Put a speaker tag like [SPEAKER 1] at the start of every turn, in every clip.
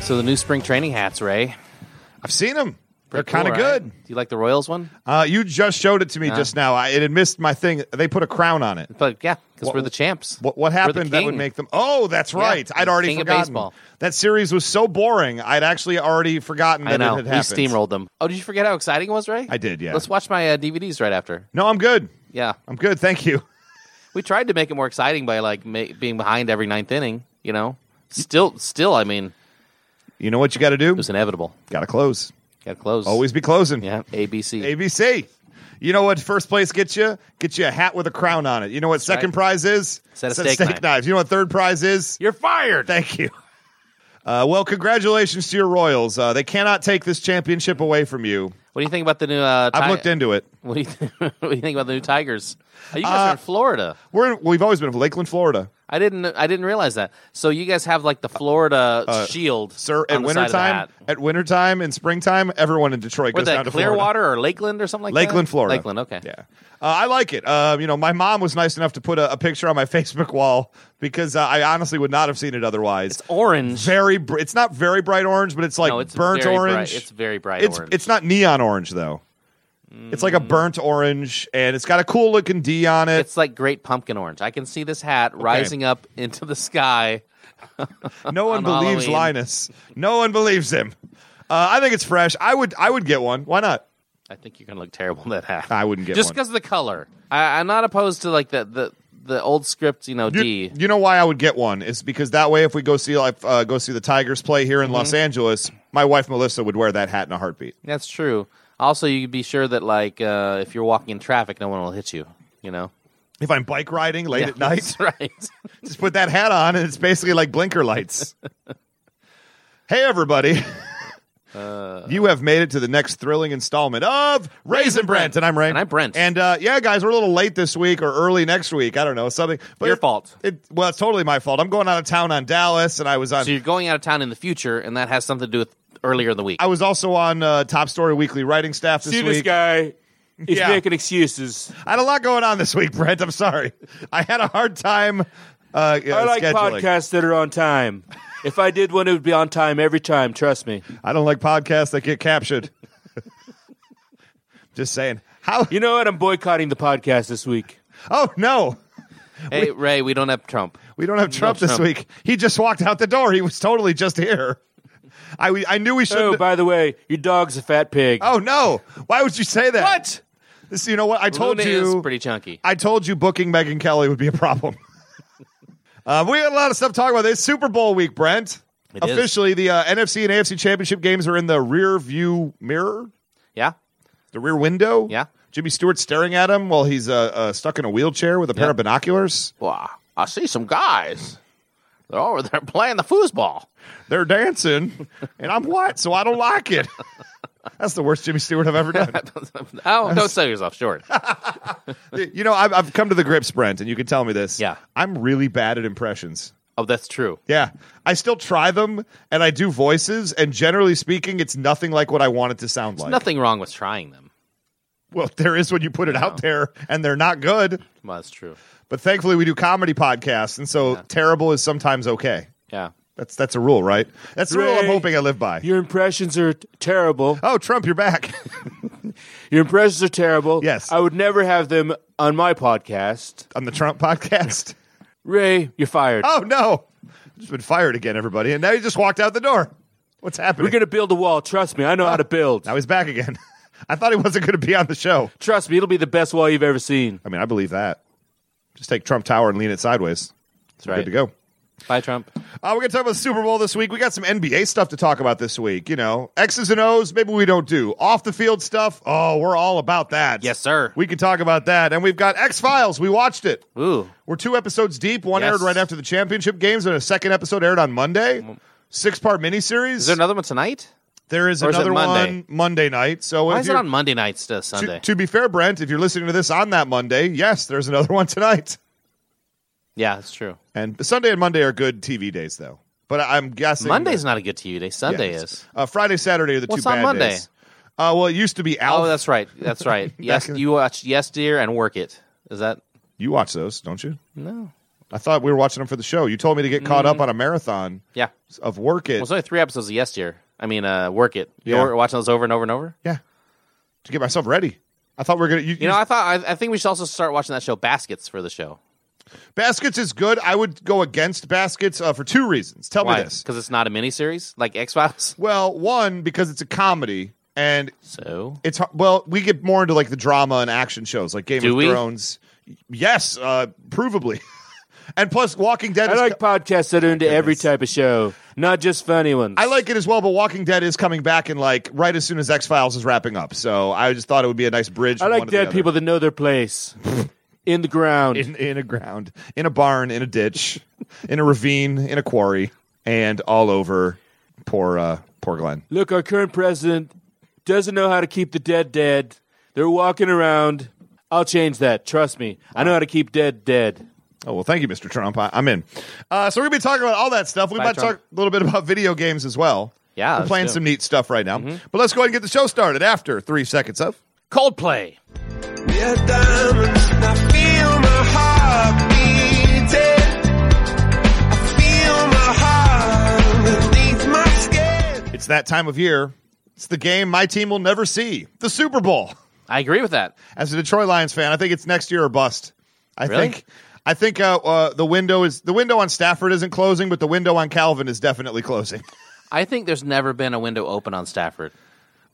[SPEAKER 1] So the new spring training hats, Ray.
[SPEAKER 2] I've seen them. They're
[SPEAKER 1] Cool,
[SPEAKER 2] kind of
[SPEAKER 1] right?
[SPEAKER 2] good.
[SPEAKER 1] Do you like the Royals one?
[SPEAKER 2] Uh, you just showed it to me just now. I, it had missed my thing. They put a crown on it.
[SPEAKER 1] But yeah, because
[SPEAKER 2] What-
[SPEAKER 1] we're the champs.
[SPEAKER 2] What, what
[SPEAKER 1] We're the
[SPEAKER 2] happened that would
[SPEAKER 1] king.
[SPEAKER 2] make them? Oh, that's right. I'd already
[SPEAKER 1] king of
[SPEAKER 2] forgotten.
[SPEAKER 1] baseball.
[SPEAKER 2] That series was so boring. I'd actually already forgotten that
[SPEAKER 1] I know.
[SPEAKER 2] it
[SPEAKER 1] We
[SPEAKER 2] had happened.
[SPEAKER 1] steamrolled them. Oh, did you forget how exciting it was, Ray?
[SPEAKER 2] I did, yeah.
[SPEAKER 1] Let's watch my uh, DVDs right after.
[SPEAKER 2] No, I'm good.
[SPEAKER 1] Yeah,
[SPEAKER 2] I'm good. Thank you.
[SPEAKER 1] we tried to make it more exciting by like ma- being behind every ninth inning. You know, still, still, I mean, it
[SPEAKER 2] You know what you got to do?
[SPEAKER 1] was inevitable.
[SPEAKER 2] Got to close.
[SPEAKER 1] Got to close.
[SPEAKER 2] Always be closing.
[SPEAKER 1] Yeah, ABC.
[SPEAKER 2] ABC. You know what first place gets you? Get you a hat with a crown on it. You know what second
[SPEAKER 1] right.
[SPEAKER 2] prize is?
[SPEAKER 1] Set of
[SPEAKER 2] Set
[SPEAKER 1] steak
[SPEAKER 2] steak
[SPEAKER 1] knife.
[SPEAKER 2] knives. You know what third prize is?
[SPEAKER 1] You're fired.
[SPEAKER 2] Thank you. Uh, well, congratulations to your Royals. Uh, they cannot take this championship away from you.
[SPEAKER 1] What do you think about the new? Uh,
[SPEAKER 2] I've
[SPEAKER 1] ti-
[SPEAKER 2] looked into it.
[SPEAKER 1] What do you think, what do you think about the new Tigers? Oh,
[SPEAKER 2] Uh,
[SPEAKER 1] you guys are in Florida.
[SPEAKER 2] We're in, we've always been in Lakeland, Florida.
[SPEAKER 1] I didn't. I didn't realize that. So you guys have like the Florida shield,
[SPEAKER 2] Uh, Sir,
[SPEAKER 1] on the side
[SPEAKER 2] at
[SPEAKER 1] of the
[SPEAKER 2] wintertime,
[SPEAKER 1] hat.
[SPEAKER 2] at wintertime and springtime, everyone in Detroit
[SPEAKER 1] Where's
[SPEAKER 2] goes down
[SPEAKER 1] that
[SPEAKER 2] to Florida.
[SPEAKER 1] Clearwater or Lakeland or something like that?
[SPEAKER 2] Lakeland, Florida.
[SPEAKER 1] Lakeland, okay.
[SPEAKER 2] Yeah. Uh, I like it. Um, you know, my mom was nice enough to put a, a picture on my Facebook wall because uh, I honestly would not have seen it otherwise.
[SPEAKER 1] It's orange.
[SPEAKER 2] very br- it's not very bright orange but it's like
[SPEAKER 1] no, it's
[SPEAKER 2] burnt
[SPEAKER 1] very
[SPEAKER 2] orange
[SPEAKER 1] Bright. It's very bright
[SPEAKER 2] it's,
[SPEAKER 1] orange. Mm.
[SPEAKER 2] it's not neon orange though it's like a burnt orange and it's got a cool looking d on it
[SPEAKER 1] It's like great pumpkin orange. I can see this hat rising up into the sky.
[SPEAKER 2] no
[SPEAKER 1] on
[SPEAKER 2] one believes
[SPEAKER 1] Halloween.
[SPEAKER 2] linus no one believes him uh, i think it's fresh i would i would get one why not
[SPEAKER 1] I think you're gonna look terrible in that hat.
[SPEAKER 2] I wouldn't get
[SPEAKER 1] just
[SPEAKER 2] one.
[SPEAKER 1] because of the color. I, I'm not opposed to like the the, the old script, you know,
[SPEAKER 2] you,
[SPEAKER 1] D.
[SPEAKER 2] you know why i would get one is because that way if we go see like uh, go see the tigers play here in
[SPEAKER 1] Mm-hmm.
[SPEAKER 2] los angeles my wife melissa would wear that hat in a heartbeat
[SPEAKER 1] That's true. Also, you could be sure that like uh, if you're walking in traffic, no one will hit you. You know,
[SPEAKER 2] if i'm bike riding late
[SPEAKER 1] Yeah,
[SPEAKER 2] at night
[SPEAKER 1] that's right?
[SPEAKER 2] just put that hat on and it's basically like blinker lights hey everybody you have made it to the next thrilling installment of raisin brent and i'm Ray.
[SPEAKER 1] And I'm Brent.
[SPEAKER 2] and uh, yeah guys we're a little late this week or early next week i don't know something but
[SPEAKER 1] Your
[SPEAKER 2] it-
[SPEAKER 1] fault.
[SPEAKER 2] it, well it's totally my fault i'm going out of town on dallas and i was on
[SPEAKER 1] so you're going out of town in the future, and that has something to do with earlier in the week.
[SPEAKER 2] i was also on uh, top story weekly writing staff this
[SPEAKER 3] See this
[SPEAKER 2] week
[SPEAKER 3] guy. He's
[SPEAKER 2] Yeah.
[SPEAKER 3] making excuses.
[SPEAKER 2] i had a lot going on this week brent i'm sorry i had a hard time uh, uh,
[SPEAKER 3] I like
[SPEAKER 2] scheduling.
[SPEAKER 3] podcasts that are on time. if I did one, it would be on time every time. Trust me.
[SPEAKER 2] I don't like podcasts that get captured. Just saying. How?
[SPEAKER 3] You know what? I'm boycotting the podcast this week.
[SPEAKER 2] Oh no,
[SPEAKER 1] hey, Ray, we don't have Trump.
[SPEAKER 2] we don't have Trump this
[SPEAKER 1] Trump.
[SPEAKER 2] week. He just walked out the door. He was totally just here. I I knew we
[SPEAKER 3] Oh,
[SPEAKER 2] should.
[SPEAKER 3] by the way, your dog's a fat pig.
[SPEAKER 2] oh no! Why would you say that?
[SPEAKER 3] What?
[SPEAKER 2] This, you know what? I told
[SPEAKER 1] Luna
[SPEAKER 2] you.
[SPEAKER 1] is pretty chunky.
[SPEAKER 2] I told you booking Megan Kelly would be a problem. uh, we had a lot of stuff to talk about. It's Super Bowl week, Brent.
[SPEAKER 1] It is.
[SPEAKER 2] Officially, the uh, NFC and AFC championship games are in the rear view mirror.
[SPEAKER 1] yeah,
[SPEAKER 2] the rear window.
[SPEAKER 1] Yeah.
[SPEAKER 2] Jimmy Stewart's staring at him while he's uh, uh, stuck in a wheelchair with a pair
[SPEAKER 1] Yeah.
[SPEAKER 2] of binoculars.
[SPEAKER 1] Well, I see some guys. They're over there playing the foosball.
[SPEAKER 2] They're dancing, and I'm white, so I don't like it. That's the worst Jimmy Stewart I've ever done.
[SPEAKER 1] Oh, don't sell yourself short.
[SPEAKER 2] you know, I've, I've come to the grips, Brent, and you can tell me this.
[SPEAKER 1] Yeah.
[SPEAKER 2] I'm really bad at impressions.
[SPEAKER 1] Oh, that's true.
[SPEAKER 2] Yeah, I still try them, and I do voices, and generally speaking, it's nothing like what I want it to sound like.
[SPEAKER 1] Nothing wrong with trying them.
[SPEAKER 2] Well, there is when you put it out there, and they're not good.
[SPEAKER 1] Well, that's true.
[SPEAKER 2] But thankfully, we do comedy podcasts, and so terrible is sometimes okay.
[SPEAKER 1] Yeah.
[SPEAKER 2] That's that's a rule, right? That's the rule I'm
[SPEAKER 3] Ray,
[SPEAKER 2] hoping I live by.
[SPEAKER 3] Your impressions are t- terrible.
[SPEAKER 2] oh, Trump, you're back.
[SPEAKER 3] Your impressions are terrible.
[SPEAKER 2] Yes.
[SPEAKER 3] I would never have them on my podcast.
[SPEAKER 2] on the Trump podcast.
[SPEAKER 3] Ray, you're fired.
[SPEAKER 2] Oh no. Just been fired again, everybody. And now you just walked out the door. What's happening?
[SPEAKER 3] We're going to build a wall. Trust me. I know how to build.
[SPEAKER 2] now he's back again. I thought he wasn't gonna be on the show.
[SPEAKER 3] Trust me. It'll be the best wall you've ever seen.
[SPEAKER 2] I mean, I believe that. Just take Trump Tower and lean it sideways.
[SPEAKER 1] That's
[SPEAKER 2] We're
[SPEAKER 1] right.
[SPEAKER 2] Good to go.
[SPEAKER 1] Bye, Trump.
[SPEAKER 2] Uh, we're gonna talk about the Super Bowl this week. We got some NBA stuff to talk about this week. You know, X's and O's. Maybe we don't do off the field stuff. Oh, we're all about that.
[SPEAKER 1] Yes, sir.
[SPEAKER 2] We can talk about that. And we've got X Files. We watched it.
[SPEAKER 1] Ooh.
[SPEAKER 2] We're two episodes deep. One
[SPEAKER 1] Yes. Mm.
[SPEAKER 2] aired right after the championship games, and a second episode aired on Monday. Six part miniseries.
[SPEAKER 1] Is there another one tonight?
[SPEAKER 2] there is
[SPEAKER 1] or is it
[SPEAKER 2] another
[SPEAKER 1] Monday?
[SPEAKER 2] one Monday night. So
[SPEAKER 1] Why
[SPEAKER 2] if
[SPEAKER 1] is it
[SPEAKER 2] you're-
[SPEAKER 1] on Monday nights to Sunday?
[SPEAKER 2] to, to be fair, Brent, if you're listening to this on that Monday, yes, there's another one tonight.
[SPEAKER 1] yeah, that's true.
[SPEAKER 2] And Sunday and Monday are good TV days, though. But I- I'm guessing
[SPEAKER 1] Monday's not a good TV day. Sunday
[SPEAKER 2] Yes.
[SPEAKER 1] is.
[SPEAKER 2] Uh, Friday, Saturday are the
[SPEAKER 1] What's
[SPEAKER 2] two
[SPEAKER 1] on
[SPEAKER 2] bad
[SPEAKER 1] Monday?
[SPEAKER 2] days. Uh, well, it used to be Alf.
[SPEAKER 1] Oh, that's right. That's right. yes,
[SPEAKER 2] in the-
[SPEAKER 1] you watch Yes Dear and Work It. Is that
[SPEAKER 2] you watch those, don't you?
[SPEAKER 1] no?
[SPEAKER 2] I thought we were watching them for the show. You told me to get caught
[SPEAKER 1] Mm.
[SPEAKER 2] up on a marathon
[SPEAKER 1] Yeah.
[SPEAKER 2] of Work It.
[SPEAKER 1] Well, it's only three episodes of Yes Year. I mean, uh, Work It. You
[SPEAKER 2] Yeah.
[SPEAKER 1] were watching those over and over and over.
[SPEAKER 2] yeah, to get myself ready. I thought we were gonna. You,
[SPEAKER 1] You know, I thought I, I think we should also start watching that show Baskets for the show.
[SPEAKER 2] Baskets is good. I would go against Baskets uh, for two reasons. Tell
[SPEAKER 1] Why?
[SPEAKER 2] me this.
[SPEAKER 1] Because it's not a miniseries like X Files.
[SPEAKER 2] Well, one because it's a comedy and
[SPEAKER 1] So
[SPEAKER 2] it's har- well, we get more into like the drama and action shows like Game
[SPEAKER 1] Do
[SPEAKER 2] of
[SPEAKER 1] we?
[SPEAKER 2] Thrones. Yes, uh, provably. and plus, Walking Dead.
[SPEAKER 3] I
[SPEAKER 2] is
[SPEAKER 3] like podcasts that are into every type of show, not just funny ones.
[SPEAKER 2] I like it as well, but Walking Dead is coming back and like right as soon as X Files is wrapping up. So I just thought it would be a nice bridge.
[SPEAKER 3] I
[SPEAKER 2] from
[SPEAKER 3] like
[SPEAKER 2] one to the
[SPEAKER 3] dead
[SPEAKER 2] other.
[SPEAKER 3] people that know their place in the ground.
[SPEAKER 2] in in a ground, in a barn, in a ditch, in a ravine, in a quarry, and all over poor uh, poor Glenn.
[SPEAKER 3] Look, our current president doesn't know how to keep the dead dead. They're walking around. I'll change that. Trust me. I know how to keep dead dead.
[SPEAKER 2] Oh well, thank you, Mr. Trump. I, I'm in. Uh, so we're gonna be talking about all that stuff. We
[SPEAKER 1] Bye,
[SPEAKER 2] might
[SPEAKER 1] Trump.
[SPEAKER 2] talk a little bit about video games as well.
[SPEAKER 1] Yeah,
[SPEAKER 2] we're
[SPEAKER 1] let's
[SPEAKER 2] playing
[SPEAKER 1] do it. Mm-hmm.
[SPEAKER 2] some neat stuff right now. But let's go ahead and get the show started after three seconds of.
[SPEAKER 1] Coldplay.
[SPEAKER 4] We're diamonds, and I feel my heart beating. I feel my heart beneath my skin.
[SPEAKER 2] It's that time of year. It's the game my team will never see: the Super Bowl.
[SPEAKER 1] I agree with that.
[SPEAKER 2] as a Detroit Lions fan, I think it's next year or bust. I
[SPEAKER 1] Really?
[SPEAKER 2] think I think uh, uh, the window is the window on Stafford isn't closing, but the window on Calvin is definitely closing.
[SPEAKER 1] I think there's never been a window open on Stafford.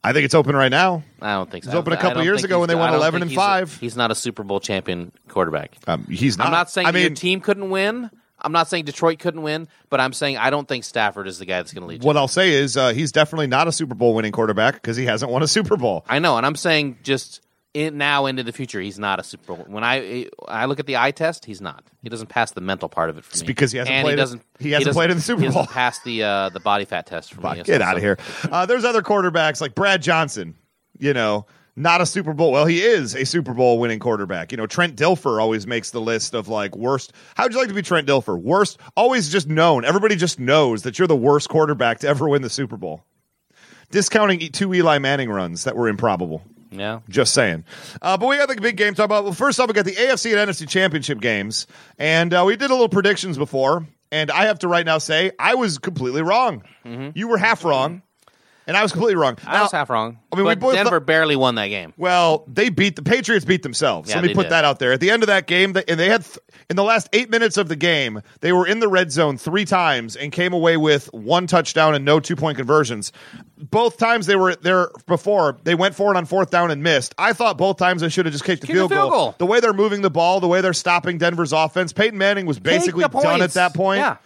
[SPEAKER 2] I think it's open right now.
[SPEAKER 1] I don't think so.
[SPEAKER 2] It was open
[SPEAKER 1] I
[SPEAKER 2] a
[SPEAKER 1] don't- I
[SPEAKER 2] couple
[SPEAKER 1] don't
[SPEAKER 2] years
[SPEAKER 1] think
[SPEAKER 2] ago
[SPEAKER 1] he's-
[SPEAKER 2] when they won
[SPEAKER 1] I don't
[SPEAKER 2] 11
[SPEAKER 1] think
[SPEAKER 2] and
[SPEAKER 1] he's a-
[SPEAKER 2] five.
[SPEAKER 1] He's not a Super Bowl champion quarterback.
[SPEAKER 2] Um, he's not.
[SPEAKER 1] I'm not saying
[SPEAKER 2] I mean,
[SPEAKER 1] your team couldn't win. I'm not saying Detroit couldn't win, but I'm saying I don't think Stafford is the guy that's going to lead. you.
[SPEAKER 2] what I'll say is uh, he's definitely not a Super Bowl winning quarterback because he hasn't won a Super Bowl.
[SPEAKER 1] I know, and I'm saying just in now into the future, he's not a Super Bowl. When I I look at the eye test, he's not. He doesn't pass the mental part of it for me.
[SPEAKER 2] because he hasn't
[SPEAKER 1] and
[SPEAKER 2] played
[SPEAKER 1] He
[SPEAKER 2] it-
[SPEAKER 1] doesn't.
[SPEAKER 2] he hasn't
[SPEAKER 1] doesn't-
[SPEAKER 2] played in the Super
[SPEAKER 1] he doesn't
[SPEAKER 2] Bowl.
[SPEAKER 1] Pass the uh, the body fat test for me.
[SPEAKER 2] Get
[SPEAKER 1] So-
[SPEAKER 2] out of here. Uh, there's other quarterbacks like Brad Johnson, you know, not a Super Bowl. Well, he is a Super Bowl winning quarterback. You know, Trent Dilfer always makes the list of like worst. How would you like to be Trent Dilfer? Worst, always just known. Everybody just knows that you're the worst quarterback to ever win the Super Bowl. Discounting e- two Eli Manning runs that were improbable.
[SPEAKER 1] Yeah.
[SPEAKER 2] Just saying. Uh, but we got the big game to talk about. Well, first off, we got the AFC and NFC championship games. And uh, we did a little predictions before. And I have to right now say, I was completely wrong. You were half wrong. And I was completely wrong.
[SPEAKER 1] Mm-hmm. I was
[SPEAKER 2] Now-
[SPEAKER 1] half wrong.
[SPEAKER 2] I mean, we
[SPEAKER 1] but
[SPEAKER 2] both
[SPEAKER 1] Denver
[SPEAKER 2] thought-
[SPEAKER 1] barely won that game.
[SPEAKER 2] well, they beat the Patriots beat themselves.
[SPEAKER 1] Yeah,
[SPEAKER 2] Let me
[SPEAKER 1] they
[SPEAKER 2] put
[SPEAKER 1] did.
[SPEAKER 2] that out there. At the end of that game, they, and they had th- in the last eight minutes of the game, they were in the red zone three times and came away with one touchdown and no two point conversions. Both times they were there before they went for it on fourth down and missed. I thought both times they should have just kicked the
[SPEAKER 1] Kick the
[SPEAKER 2] field,
[SPEAKER 1] field
[SPEAKER 2] goal.
[SPEAKER 1] goal.
[SPEAKER 2] The way they're moving the ball, the way they're stopping Denver's offense, Peyton Manning was basically
[SPEAKER 1] the
[SPEAKER 2] done
[SPEAKER 1] points.
[SPEAKER 2] at that point.
[SPEAKER 1] Yeah.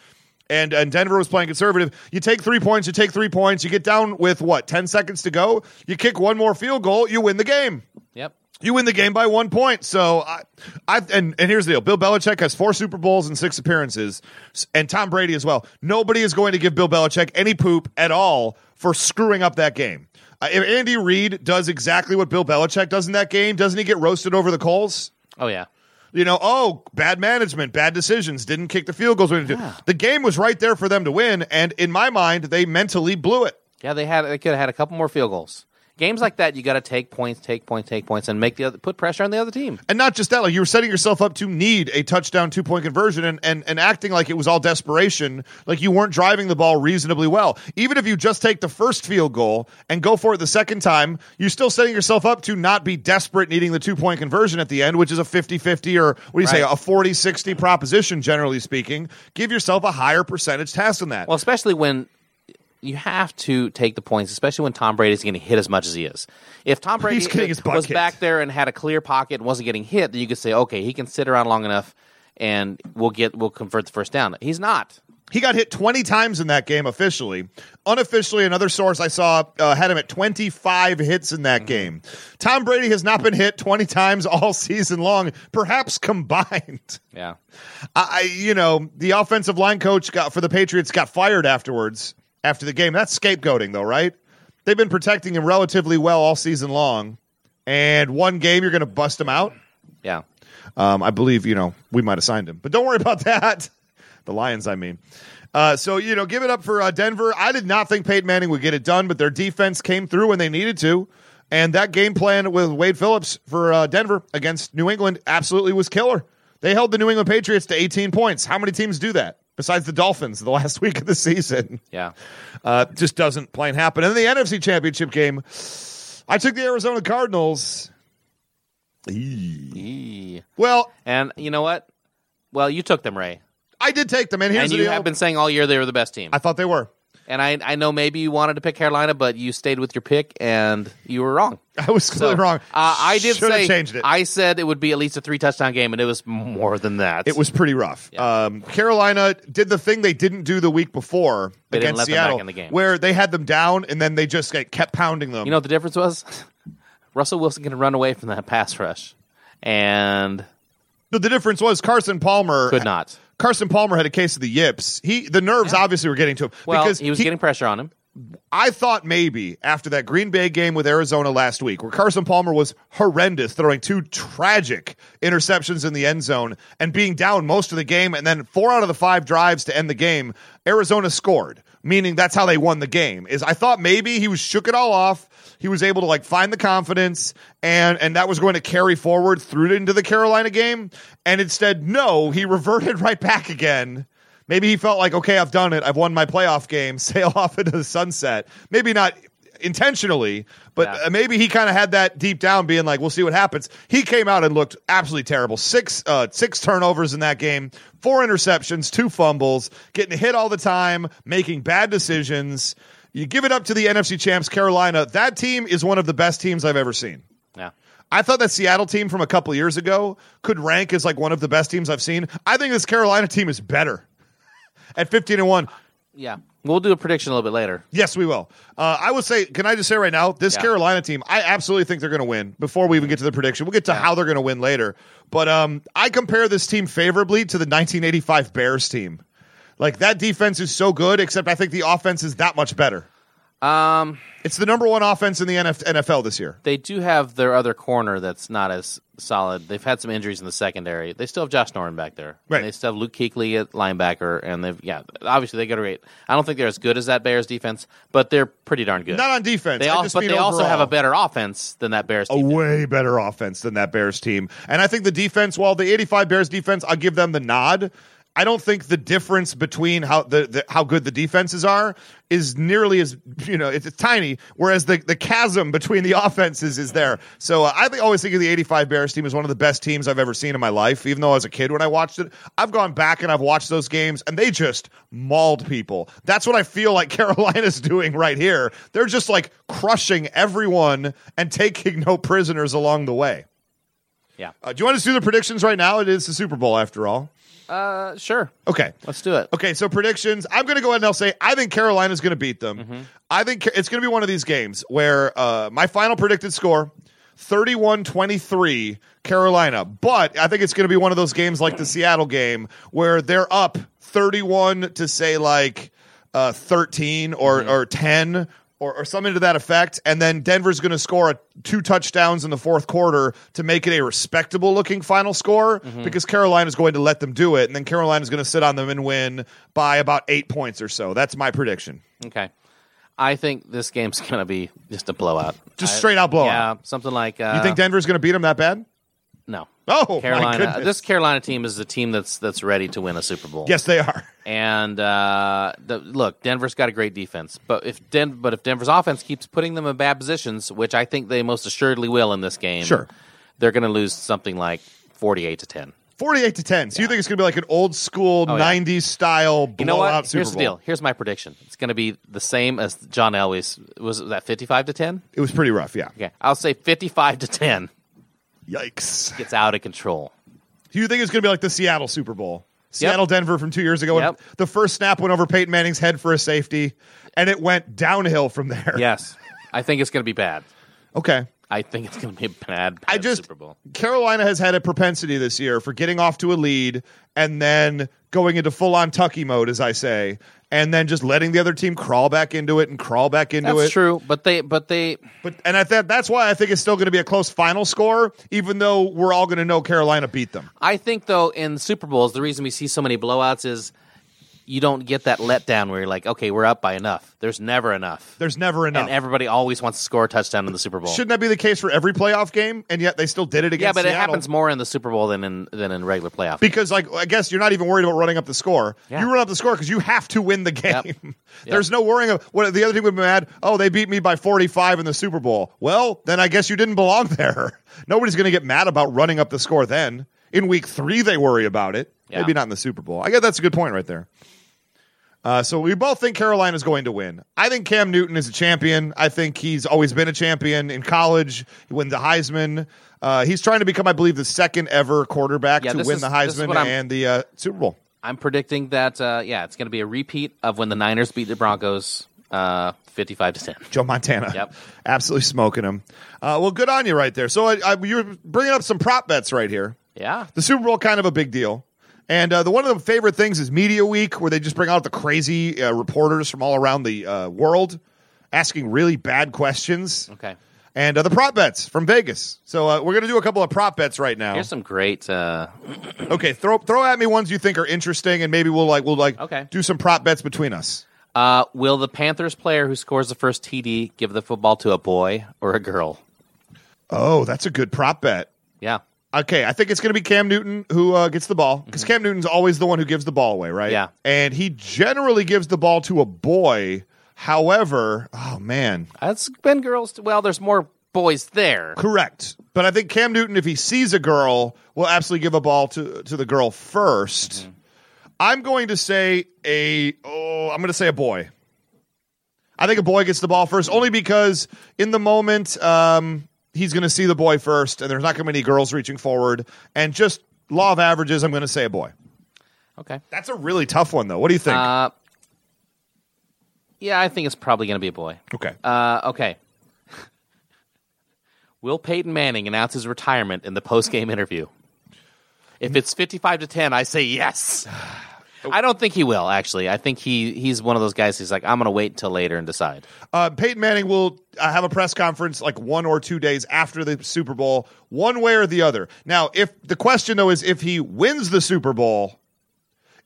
[SPEAKER 2] And, and Denver was playing conservative. You take three points, you take three points, you get down with what, 10 seconds to go? You kick one more field goal, you win the game
[SPEAKER 1] Yep.
[SPEAKER 2] you win the game by one point. So I, I and and here's the deal: Bill Belichick has four Super Bowls and six appearances, s- and Tom Brady as well. Nobody is going to give Bill Belichick any poop at all for screwing up that game. Uh, if Andy Reid does exactly what Bill Belichick does in that game, doesn't he get roasted over the coals?
[SPEAKER 1] Oh yeah.
[SPEAKER 2] You know, oh, bad management, bad decisions, didn't kick the field goals. when- The game was right there for them to win, and in my mind, they mentally blew it.
[SPEAKER 1] Yeah, they had they could have had a couple more field goals. Games like that, you got to take points, take points, take points, and make the other put pressure on the other team.
[SPEAKER 2] And not just that, like you were setting yourself up to need a touchdown two point conversion and, and, and acting like it was all desperation, like you weren't driving the ball reasonably well. Even if you just take the first field goal and go for it the second time, you're still setting yourself up to not be desperate needing the two point conversion at the end, which is a 50 50 or what do you say,
[SPEAKER 1] Right.
[SPEAKER 2] a 40 60 proposition, generally speaking. Give yourself a higher percentage task than that.
[SPEAKER 1] Well, especially when you have to take the points, especially when Tom Brady's getting hit as much as he is. If Tom Brady
[SPEAKER 2] He's getting his butt
[SPEAKER 1] was
[SPEAKER 2] kicked.
[SPEAKER 1] back there and had a clear pocket and wasn't getting hit, then you could say, okay, he can sit around long enough and we'll get we'll convert the first down. He's not.
[SPEAKER 2] He got hit 20 times in that game officially. Unofficially, another source I saw uh, had him at 25 hits in that game. Tom Brady has not been hit 20 times all season long, perhaps combined.
[SPEAKER 1] Yeah.
[SPEAKER 2] I, I- you know, the offensive line coach got for the Patriots got fired afterwards after the game. That's scapegoating, though, right? They've been protecting him relatively well all season long, and one game you're going to bust him out.
[SPEAKER 1] Yeah.
[SPEAKER 2] Um, I believe you know we might have signed him, but don't worry about that. The Lions, I mean. Uh, so you know, give it up for uh, Denver. I did not think Peyton Manning would get it done, but their defense came through when they needed to, and that game plan with Wade Phillips for uh, Denver against New England absolutely was killer. They held the New England Patriots to 18 points. How many teams do that besides the Dolphins the last week of the season?
[SPEAKER 1] Yeah.
[SPEAKER 2] Uh, just doesn't plain happen. And in the NFC Championship game, I took the Arizona Cardinals.
[SPEAKER 1] Eee.
[SPEAKER 2] Well,
[SPEAKER 1] And you know what? Well, you took them, Ray.
[SPEAKER 2] I did take them, and
[SPEAKER 1] and
[SPEAKER 2] here's the
[SPEAKER 1] you
[SPEAKER 2] deal.
[SPEAKER 1] have been saying all year they were the best team.
[SPEAKER 2] I thought they were.
[SPEAKER 1] and I, I know maybe you wanted to pick Carolina, but you stayed with your pick and you were wrong.
[SPEAKER 2] I was completely wrong.
[SPEAKER 1] Uh, I did
[SPEAKER 2] Should
[SPEAKER 1] say
[SPEAKER 2] have changed it.
[SPEAKER 1] I said it would be at least a three touchdown game, and it was more than that.
[SPEAKER 2] It was pretty rough. Um, Carolina did the thing they didn't do the week before
[SPEAKER 1] They didn't
[SPEAKER 2] against
[SPEAKER 1] let them back
[SPEAKER 2] Seattle,
[SPEAKER 1] in the game.
[SPEAKER 2] where they had them down and then they just like, kept pounding them.
[SPEAKER 1] You know what the difference was? Russell Wilson can run away from that pass rush, and
[SPEAKER 2] No, the difference was Carson Palmer
[SPEAKER 1] could not.
[SPEAKER 2] Carson Palmer had a case of the yips. He the nerves obviously were getting to him
[SPEAKER 1] Well,
[SPEAKER 2] because
[SPEAKER 1] he was getting pressure on him.
[SPEAKER 2] I thought maybe after that Green Bay game with Arizona last week, where Carson Palmer was horrendous, throwing two tragic interceptions in the end zone and being down most of the game, and then four out of the five drives to end the game, Arizona scored, meaning that's how they won the game. Is I thought maybe he was shook it all off. He was able to like find the confidence and and that was going to carry forward through into the Carolina game. And instead, no, he reverted right back again. Maybe he felt like, okay, I've done it. I've won my playoff game. Sail off into the sunset. Maybe not intentionally, but
[SPEAKER 1] Yeah.
[SPEAKER 2] uh, maybe he kind of had that deep down, being like, we'll see what happens. He came out and looked absolutely terrible. Six uh, six turnovers in that game, four interceptions, two fumbles, getting hit all the time, making bad decisions. You give it up to the NFC champs, Carolina. That team is one of the best teams I've ever seen.
[SPEAKER 1] Yeah,
[SPEAKER 2] I thought that Seattle team from a couple years ago could rank as like one of the best teams I've seen. I think this Carolina team is better at 15 and 1.
[SPEAKER 1] yeah. We'll do a prediction a little bit later.
[SPEAKER 2] Yes, we will. Uh, I would say, can I just say right now, this
[SPEAKER 1] Yeah.
[SPEAKER 2] Carolina team, I absolutely think they're going to win before we even get to the prediction. We'll get to how they're going to win later. But um, I compare this team favorably to the 1985 Bears team. Like that defense is so good, except I think the offense is that much better.
[SPEAKER 1] Um,
[SPEAKER 2] It's the number one offense in the NF- NFL this year.
[SPEAKER 1] they do have their other corner that's not as solid. They've had some injuries in the secondary. They still have Josh Norman back there.
[SPEAKER 2] Right.
[SPEAKER 1] And they still have Luke Kuechly at linebacker, and they've yeah. Obviously, they got to rate. I don't think they're as good as that Bears defense, but they're pretty darn good.
[SPEAKER 2] Not on defense.
[SPEAKER 1] they
[SPEAKER 2] I
[SPEAKER 1] also,
[SPEAKER 2] just
[SPEAKER 1] but
[SPEAKER 2] mean
[SPEAKER 1] they also have a
[SPEAKER 2] overall. Oh.
[SPEAKER 1] better offense than that Bears.
[SPEAKER 2] a
[SPEAKER 1] team did.
[SPEAKER 2] way better offense than that Bears team. And I think the defense, while the 85 Bears defense, I'll give them the nod. I don't think the difference between how the, the how good the defenses are is nearly as you know it's, it's tiny. Whereas the, the chasm between the offenses is there. So uh, I think, always think of the '85 Bears team as one of the best teams I've ever seen in my life. Even though as a kid when I watched it, I've gone back and I've watched those games and they just mauled people. That's what I feel like Carolina's doing right here. They're just like crushing everyone and taking no prisoners along the way.
[SPEAKER 1] Yeah.
[SPEAKER 2] Uh, do you want us to do the predictions right now? It is the Super Bowl after all.
[SPEAKER 1] Uh, sure.
[SPEAKER 2] Okay.
[SPEAKER 1] Let's do it.
[SPEAKER 2] Okay, so predictions. I'm going to go ahead and I'll say I think Carolina's going to beat them. I think it's going to be one of these games where uh, my final predicted score 31 23 Carolina. But I think it's going to be one of those games like the Seattle game where they're up 31 to say like uh, 13 or,
[SPEAKER 1] Mm-hmm.
[SPEAKER 2] or 10. Or, or something to that effect, and then Denver's going to score a, two touchdowns in the fourth quarter to make it a respectable looking final score
[SPEAKER 1] Mm-hmm.
[SPEAKER 2] because Carolina's going to let them do it, and then Carolina's going to sit on them and win by about eight points or so. That's my prediction.
[SPEAKER 1] Okay. I think this game's going to be just a blowout.
[SPEAKER 2] Just
[SPEAKER 1] I-
[SPEAKER 2] straight out blowout.
[SPEAKER 1] Yeah, something like. Uh,
[SPEAKER 2] Oh. You think Denver's going to beat them that bad?
[SPEAKER 1] No.
[SPEAKER 2] Oh, my
[SPEAKER 1] Carolina. uh,
[SPEAKER 2] goodness.
[SPEAKER 1] This Carolina team is the team that's that's ready to win a Super Bowl.
[SPEAKER 2] yes, they are.
[SPEAKER 1] And uh, the, look, Denver's got a great defense, but if Den- but if Denver's offense keeps putting them in bad positions, which I think they most assuredly will in this game,
[SPEAKER 2] Sure.
[SPEAKER 1] they're going to lose something like forty-eight to ten.
[SPEAKER 2] 48 to 10. So you think it's going to be like an old school
[SPEAKER 1] Oh, yeah.
[SPEAKER 2] 90s style blowout
[SPEAKER 1] You know what?
[SPEAKER 2] Super
[SPEAKER 1] Here's the
[SPEAKER 2] Bowl?
[SPEAKER 1] deal. Here's my prediction. It's going to be the same as John Elway's. Was that fifty-five to ten?
[SPEAKER 2] It was pretty rough, yeah.
[SPEAKER 1] Okay, I'll say fifty-five to ten.
[SPEAKER 2] Yikes.
[SPEAKER 1] Gets out of control.
[SPEAKER 2] Do you think it's going to be like the Seattle Super Bowl? Seattle Denver from two years ago. when
[SPEAKER 1] Yep.
[SPEAKER 2] The first snap went over Peyton Manning's head for a safety, and it went downhill from there.
[SPEAKER 1] Yes, I think it's going to be bad.
[SPEAKER 2] Okay.
[SPEAKER 1] I think it's going to be a bad, bad
[SPEAKER 2] I just
[SPEAKER 1] Super Bowl.
[SPEAKER 2] Carolina has had a propensity this year for getting off to a lead and then going into full on Tucky mode, as I say, and then just letting the other team crawl back into it and crawl back into
[SPEAKER 1] That's
[SPEAKER 2] it.
[SPEAKER 1] true, but they but they
[SPEAKER 2] But and I think that's why I think it's still going to be a close final score, even though we're all going to know Carolina beat them.
[SPEAKER 1] I think though in Super Bowls the reason we see so many blowouts is you don't get that letdown where you're like, okay, we're up by enough. There's never enough.
[SPEAKER 2] There's never enough.
[SPEAKER 1] And everybody always wants to score a touchdown in the Super Bowl.
[SPEAKER 2] Shouldn't that be the case for every playoff game? And yet they still did it against
[SPEAKER 1] yeah, but it
[SPEAKER 2] Seattle.
[SPEAKER 1] happens more in the Super Bowl than in than in regular playoff.
[SPEAKER 2] because like I guess you're not even worried about running up the score.
[SPEAKER 1] Yeah.
[SPEAKER 2] You run up the score because you have to win the game.
[SPEAKER 1] Yep. Yep.
[SPEAKER 2] There's no worrying. Of, what the other team would be mad? Oh, they beat me by 45 in the Super Bowl. Well, then I guess you didn't belong there. Nobody's going to get mad about running up the score. Then in week three they worry about it.
[SPEAKER 1] Yeah.
[SPEAKER 2] Maybe not in the Super Bowl. I guess that's a good point right there. Uh, so we both think Carolina's going to win. I think Cam Newton is a champion. I think he's always been a champion in college. He wins the Heisman. Uh, he's trying to become, I believe, the second ever quarterback
[SPEAKER 1] Yeah,
[SPEAKER 2] to
[SPEAKER 1] this
[SPEAKER 2] win
[SPEAKER 1] is-
[SPEAKER 2] the
[SPEAKER 1] this is
[SPEAKER 2] Heisman
[SPEAKER 1] what I'm-
[SPEAKER 2] and the uh, Super Bowl.
[SPEAKER 1] I'm predicting that uh, yeah, it's going to be a repeat of when the Niners beat the Broncos, uh, fifty-five to ten.
[SPEAKER 2] Joe Montana,
[SPEAKER 1] Yep.
[SPEAKER 2] absolutely smoking him. Uh, well, good on you right there. So I, I, you're bringing up some prop bets right here.
[SPEAKER 1] Yeah,
[SPEAKER 2] the Super Bowl kind of a big deal. And uh, the one of the favorite things is Media Week, where they just bring out the crazy uh, reporters from all around the uh, world, asking really bad questions.
[SPEAKER 1] Okay.
[SPEAKER 2] And uh, the prop bets from Vegas. So uh, we're gonna do a couple of prop bets right now.
[SPEAKER 1] here's some great. Uh,
[SPEAKER 2] Okay, throw throw at me ones you think are interesting, and maybe we'll like we'll like
[SPEAKER 1] Okay.
[SPEAKER 2] do some prop bets between us.
[SPEAKER 1] uh, will the Panthers player who scores the first TD give the football to a boy or a girl?
[SPEAKER 2] Oh, that's a good prop bet.
[SPEAKER 1] Yeah,
[SPEAKER 2] Okay, I think it's going to be Cam Newton who uh, gets the ball because Cam Newton's always the one who gives the ball away, right?
[SPEAKER 1] Mm-hmm. Yeah.
[SPEAKER 2] And he generally gives the ball to a boy. However, oh man,
[SPEAKER 1] it's been girls. Well, there's more boys there.
[SPEAKER 2] correct. But I think Cam Newton, if he sees a girl, will absolutely give a ball to to the girl
[SPEAKER 1] Mm-hmm.
[SPEAKER 2] 1st i I'm going to say a oh, I'm going to say a boy. I think a boy gets the ball first, only because in the moment um, he's going to see the boy first, and there's not going to be any girls reaching forward, and just law of averages, I'm going to say a boy.
[SPEAKER 1] Okay.
[SPEAKER 2] That's a really tough one, though. What do you think?
[SPEAKER 1] Uh, yeah, I think it's probably going to be a boy.
[SPEAKER 2] okay.
[SPEAKER 1] Uh, okay. Will Peyton Manning announce his retirement in the post-game interview? If it's fifty-five to ten, I say yes. I don't think he will. Actually, I think he he's one of those guys. He's like, I'm going to wait until later and decide.
[SPEAKER 2] Uh, Peyton Manning will uh, have a press conference like one or two days after the Super Bowl, one way or the other. Now, if the question though is if he wins the Super Bowl,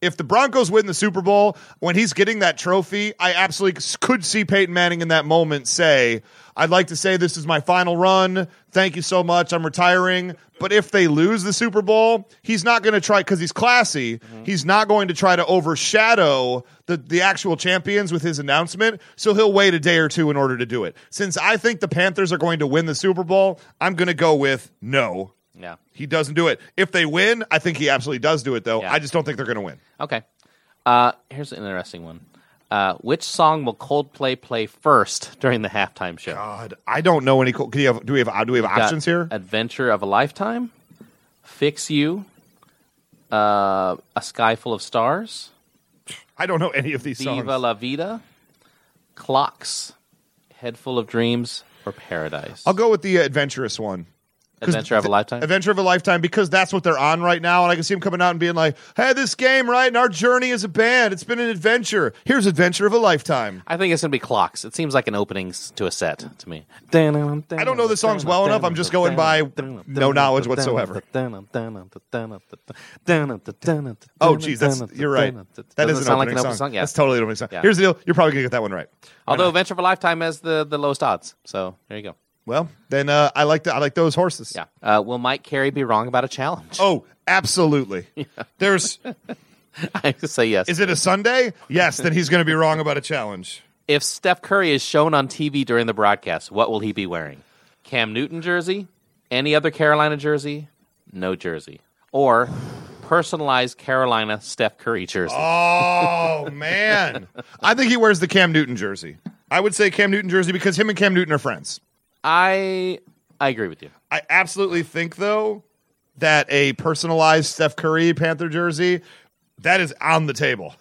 [SPEAKER 2] if the Broncos win the Super Bowl, when he's getting that trophy, I absolutely s- could see Peyton Manning in that moment say, "I'd like to say this is my final run. Thank you so much. I'm retiring." But if they lose the Super Bowl, he's not going to try because he's classy. He's not going to try to overshadow the the actual champions with his announcement. So he'll wait a day or two in order to do it. Since I think the Panthers are going to win the Super Bowl, I'm going to go with no.
[SPEAKER 1] Yeah.
[SPEAKER 2] He doesn't do it. If they win, I think he absolutely does do it, though.
[SPEAKER 1] Yeah.
[SPEAKER 2] I just don't think they're going to win.
[SPEAKER 1] Okay. Uh, here's an interesting one. Uh, which song will Coldplay play first during the halftime show?
[SPEAKER 2] God, I don't know any. Cool, can you have, do we have do we have
[SPEAKER 1] Got
[SPEAKER 2] options here?
[SPEAKER 1] Adventure of a Lifetime, Fix You, uh, A Sky Full of Stars,
[SPEAKER 2] I don't know any of these songs.
[SPEAKER 1] Viva La Vida, Clocks, Head Full of Dreams, or Paradise.
[SPEAKER 2] I'll go with the adventurous one. 'Cause
[SPEAKER 1] Adventure of a
[SPEAKER 2] th-
[SPEAKER 1] Lifetime.
[SPEAKER 2] Adventure of a Lifetime, because that's what they're on right now. And I can see them coming out and being like, hey, this game, right? And our journey as a band, it's been an adventure. Here's Adventure of a Lifetime.
[SPEAKER 1] I think it's going to be Clocks. It seems like an opening s- to a set to me.
[SPEAKER 2] I don't know the songs well enough. I'm just going by no knowledge whatsoever. Oh, geez, that's, you're right. That
[SPEAKER 1] Doesn't
[SPEAKER 2] is an
[SPEAKER 1] sound like
[SPEAKER 2] opening,
[SPEAKER 1] an
[SPEAKER 2] song.
[SPEAKER 1] opening song. Yeah.
[SPEAKER 2] That's totally an opening song.
[SPEAKER 1] Yeah.
[SPEAKER 2] Here's the deal. You're probably going to get that one right.
[SPEAKER 1] Although Adventure of a Lifetime has the, the lowest odds. So there you go.
[SPEAKER 2] Well, then uh, I like the, I like those horses.
[SPEAKER 1] Yeah. Uh, will Mike Carey be wrong about a challenge?
[SPEAKER 2] Oh, absolutely. There's
[SPEAKER 1] I say yes.
[SPEAKER 2] Is it a Sunday? Yes, then he's going to be wrong about a challenge.
[SPEAKER 1] if Steph Curry is shown on TV during the broadcast, what will he be wearing? Cam Newton jersey? Any other Carolina jersey? No jersey. Or personalized Carolina Steph Curry jersey.
[SPEAKER 2] Oh man, I think he wears the Cam Newton jersey. I would say Cam Newton jersey because him and Cam Newton are friends.
[SPEAKER 1] I I agree with you.
[SPEAKER 2] I absolutely think though that a personalized Steph Curry Panther jersey that is on the table.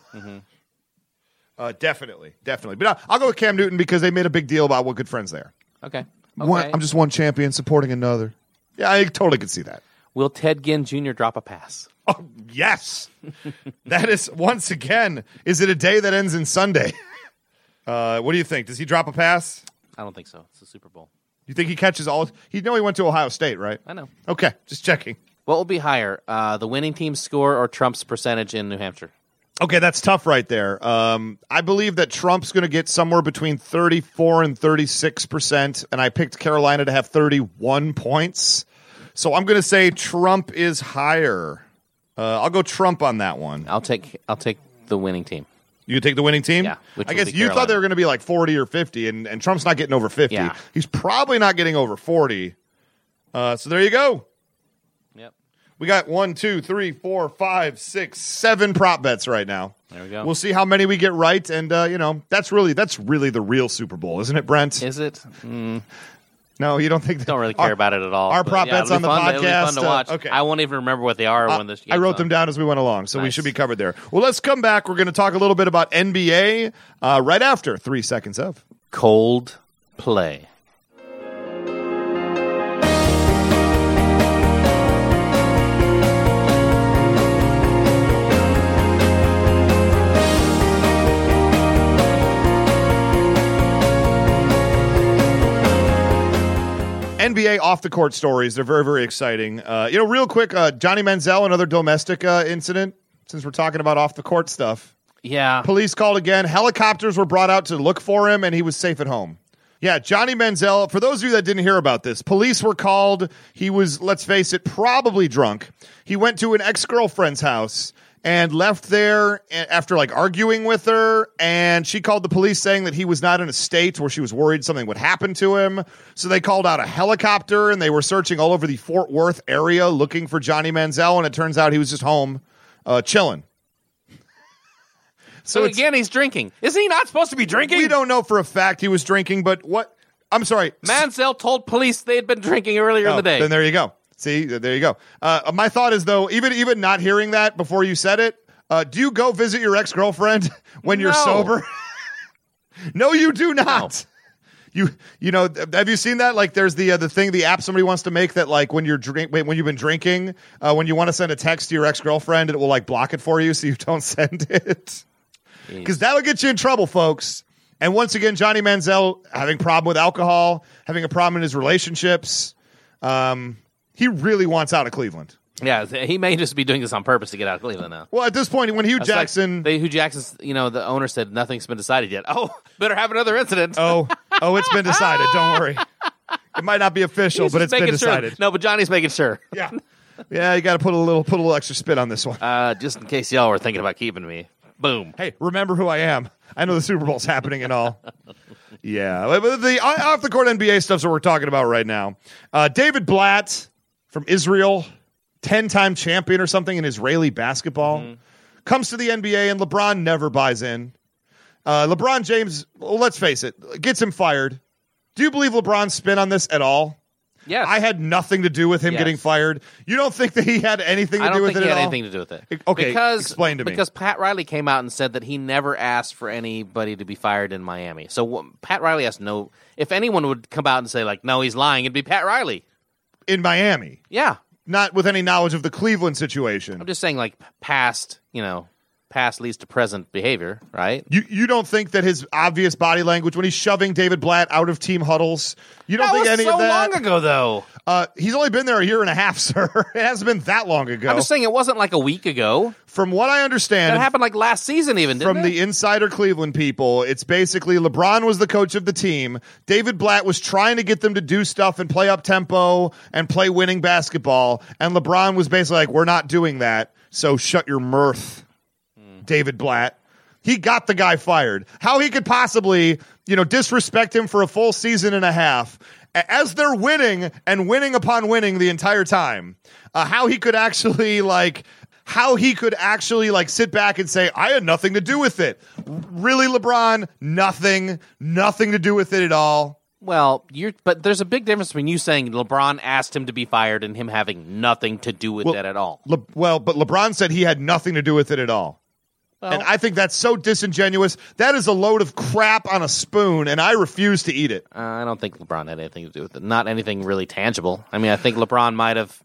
[SPEAKER 2] Uh, definitely, definitely. But I- I'll go with Cam Newton because they made a big deal about what good friends they are.
[SPEAKER 1] Okay. okay.
[SPEAKER 2] One, I'm just one champion supporting another. Yeah, I totally could see that.
[SPEAKER 1] will Ted Ginn Jr. drop a pass?
[SPEAKER 2] Oh, yes. that is, once again, is it a day that ends in Sunday? Uh, what do you think? Does he drop a pass?
[SPEAKER 1] I don't think so. It's the Super Bowl.
[SPEAKER 2] You think he catches all? He know he went to Ohio State, right?
[SPEAKER 1] I know.
[SPEAKER 2] Okay, just checking.
[SPEAKER 1] What will be higher, uh, the winning team's score or Trump's percentage in New Hampshire?
[SPEAKER 2] Okay, that's tough right there. Um, I believe that Trump's going to get somewhere between 34 and 36%, and I picked Carolina to have 31 points. So I'm going to say Trump is higher. Uh, I'll go Trump on that one.
[SPEAKER 1] I'll take I'll take the winning team.
[SPEAKER 2] You take the winning team?
[SPEAKER 1] Yeah, which
[SPEAKER 2] I
[SPEAKER 1] would
[SPEAKER 2] guess
[SPEAKER 1] be
[SPEAKER 2] you
[SPEAKER 1] Carolina.
[SPEAKER 2] thought they were going to be like 40 or 50, and, and Trump's not getting over 50.
[SPEAKER 1] Yeah.
[SPEAKER 2] He's probably not getting over 40. Uh, so there you go.
[SPEAKER 1] Yep.
[SPEAKER 2] We got one, two, three, four, five, six, seven prop bets right now.
[SPEAKER 1] There we go.
[SPEAKER 2] We'll see how many we get right, and uh, you know that's really that's really the real Super Bowl, isn't it, Brent?
[SPEAKER 1] Is it? Mm,
[SPEAKER 2] no, you don't think? That,
[SPEAKER 1] don't really care
[SPEAKER 2] Our-
[SPEAKER 1] about it at all.
[SPEAKER 2] our
[SPEAKER 1] but
[SPEAKER 2] prop
[SPEAKER 1] yeah,
[SPEAKER 2] bets
[SPEAKER 1] it'll
[SPEAKER 2] on
[SPEAKER 1] be
[SPEAKER 2] the
[SPEAKER 1] fun, it'll be fun to
[SPEAKER 2] podcast, uh,
[SPEAKER 1] watch.
[SPEAKER 2] okay.
[SPEAKER 1] I won't even remember what they are
[SPEAKER 2] Uh,
[SPEAKER 1] when this.
[SPEAKER 2] I wrote
[SPEAKER 1] game's
[SPEAKER 2] them
[SPEAKER 1] on.
[SPEAKER 2] down as we went along, so we
[SPEAKER 1] Nice.
[SPEAKER 2] should be covered there. Well, let's come back. We're going to talk a little bit about NBA uh, right after three seconds of.
[SPEAKER 1] Cold play.
[SPEAKER 2] NBA off the court stories. They're very, very exciting. Uh, you know, real quick, uh, Johnny Manziel, another domestic uh, incident, since we're talking about off the court stuff.
[SPEAKER 1] Yeah.
[SPEAKER 2] Police called again. Helicopters were brought out to look for him, and he was safe at home. Yeah, Johnny Manziel, for those of you that didn't hear about this, police were called. He was, let's face it, probably drunk. He went to an ex girlfriend's house and left there a- after like arguing with her. And she called the police saying that he was not in a state where she was worried something would happen to him. So they called out a helicopter and they were searching all over the Fort Worth area looking for Johnny Manziel. And it turns out he was just home uh, chilling.
[SPEAKER 1] So,
[SPEAKER 2] it's-
[SPEAKER 1] again, he's drinking. Isn't he not supposed to be drinking?
[SPEAKER 2] we don't know for a fact he was drinking, but what? I'm sorry,
[SPEAKER 1] Mansell told police they had been drinking earlier in
[SPEAKER 2] Oh,
[SPEAKER 1] the day.
[SPEAKER 2] Then there you go. See, there you go. Uh, my thought is though, even even not hearing that before you said it, uh, do you go visit your ex girlfriend when you're
[SPEAKER 1] No.
[SPEAKER 2] sober? no, you do not. You you know th- have you seen that like there's the uh, the thing the app somebody wants to make that like when you're drink wait, when you've been drinking uh, when you want to send a text to your ex girlfriend it will like block it for you so you don't send it because that'll get you in trouble, folks. And once again, Johnny Manziel having problem with alcohol, having a problem in his relationships. Um, he really wants out of Cleveland.
[SPEAKER 1] yeah, th- he may just be doing this on purpose to get out of Cleveland now.
[SPEAKER 2] Well, at this point, when Hugh
[SPEAKER 1] It's like
[SPEAKER 2] Jackson,
[SPEAKER 1] they, who Jackson's, you know, the owner said nothing's been decided yet. Oh, better have another incident.
[SPEAKER 2] oh, oh, it's been decided. Don't worry, it might not be official,
[SPEAKER 1] He's
[SPEAKER 2] but it's
[SPEAKER 1] just
[SPEAKER 2] been
[SPEAKER 1] making sure-
[SPEAKER 2] decided.
[SPEAKER 1] No, but Johnny's making sure.
[SPEAKER 2] Yeah, yeah, you got to put a little, put a little extra spin on this one.
[SPEAKER 1] Uh, just in case y'all were thinking about keeping me. Boom.
[SPEAKER 2] hey, remember who I am. I know the Super Bowl's happening and all. Yeah, but- but the uh, off the court NBA stuff's what we're talking about right now. Uh, David Blatt from Israel, ten time champion or something in Israeli basketball,
[SPEAKER 1] Mm-hmm.
[SPEAKER 2] comes to the NBA and LeBron never buys in. Uh, LeBron James, well, let's face it, gets him fired. Do you believe LeBron's spin on this at all?
[SPEAKER 1] Yes.
[SPEAKER 2] I had nothing to do with him
[SPEAKER 1] Yes.
[SPEAKER 2] getting fired. You don't think that he had anything to
[SPEAKER 1] I
[SPEAKER 2] do
[SPEAKER 1] don't
[SPEAKER 2] with
[SPEAKER 1] think
[SPEAKER 2] it
[SPEAKER 1] he
[SPEAKER 2] at
[SPEAKER 1] had
[SPEAKER 2] all?
[SPEAKER 1] anything to do with it.
[SPEAKER 2] E- okay,
[SPEAKER 1] because,
[SPEAKER 2] explain to me.
[SPEAKER 1] Because Pat Riley came out and said that he never asked for anybody to be fired in Miami. So wh- Pat Riley has no. If anyone would come out and say like, "No, he's lying," it'd be Pat Riley.
[SPEAKER 2] in Miami,
[SPEAKER 1] Yeah,
[SPEAKER 2] not with any knowledge of the Cleveland situation.
[SPEAKER 1] I'm just saying like p- past, you know, past leads to present behavior, right?
[SPEAKER 2] You you don't think that his obvious body language when he's shoving David Blatt out of team huddles? You don't
[SPEAKER 1] That
[SPEAKER 2] think
[SPEAKER 1] was
[SPEAKER 2] any
[SPEAKER 1] so
[SPEAKER 2] of that?
[SPEAKER 1] long ago, though.
[SPEAKER 2] Uh, he's only been there a year and a half, sir. It hasn't been that long
[SPEAKER 1] I'm
[SPEAKER 2] ago.
[SPEAKER 1] just saying it wasn't like a week ago.
[SPEAKER 2] From what I understand,
[SPEAKER 1] That happened like last season, even didn't
[SPEAKER 2] from
[SPEAKER 1] it?
[SPEAKER 2] the insider Cleveland people, it's basically LeBron was the coach of the team. David Blatt was trying to get them to do stuff and play up tempo and play winning basketball, and LeBron was basically like, "We're not doing that, so shut your mirth." David Blatt. He got the guy fired. How he could possibly, you know, disrespect him for a full season and a half a- as they're winning and winning upon winning the entire time. Uh, how he could actually like how he could actually like sit back and say I had nothing to do with it. Really LeBron, nothing, nothing to do with it at all.
[SPEAKER 1] Well, you're, but there's a big difference between you saying LeBron asked him to be fired and him having nothing to do with that at all.
[SPEAKER 2] Le- well, but LeBron said he had nothing to do with it at all. and I think that's so disingenuous. That is a load of crap on a spoon, and I refuse to eat it.
[SPEAKER 1] Uh, I don't think LeBron had anything to do with it. Not anything really tangible. I mean, I think LeBron might have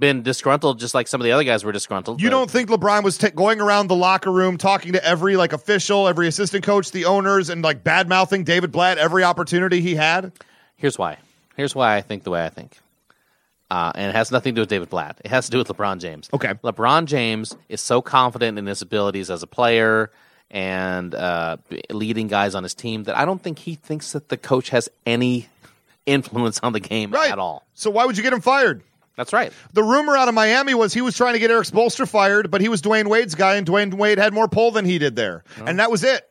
[SPEAKER 1] been disgruntled, just like some of the other guys were disgruntled.
[SPEAKER 2] You
[SPEAKER 1] but-
[SPEAKER 2] don't think LeBron was t- going around the locker room talking to every like official, every assistant coach, the owners, and like bad mouthing David Blatt every opportunity he had?
[SPEAKER 1] Here's why. Here's why I think the way I think. uh, and it has nothing to do with David Blatt. It has to do with LeBron James.
[SPEAKER 2] Okay.
[SPEAKER 1] LeBron James is so confident in his abilities as a player and uh, b- leading guys on his team that I don't think he thinks that the coach has any influence on the game
[SPEAKER 2] right
[SPEAKER 1] at all.
[SPEAKER 2] So why would you get him fired?
[SPEAKER 1] That's right.
[SPEAKER 2] The rumor out of Miami was he was trying to get Eric Spolster fired, but he was Dwayne Wade's guy, and Dwayne Wade had more pull than he did there,
[SPEAKER 1] Oh.
[SPEAKER 2] and that was it.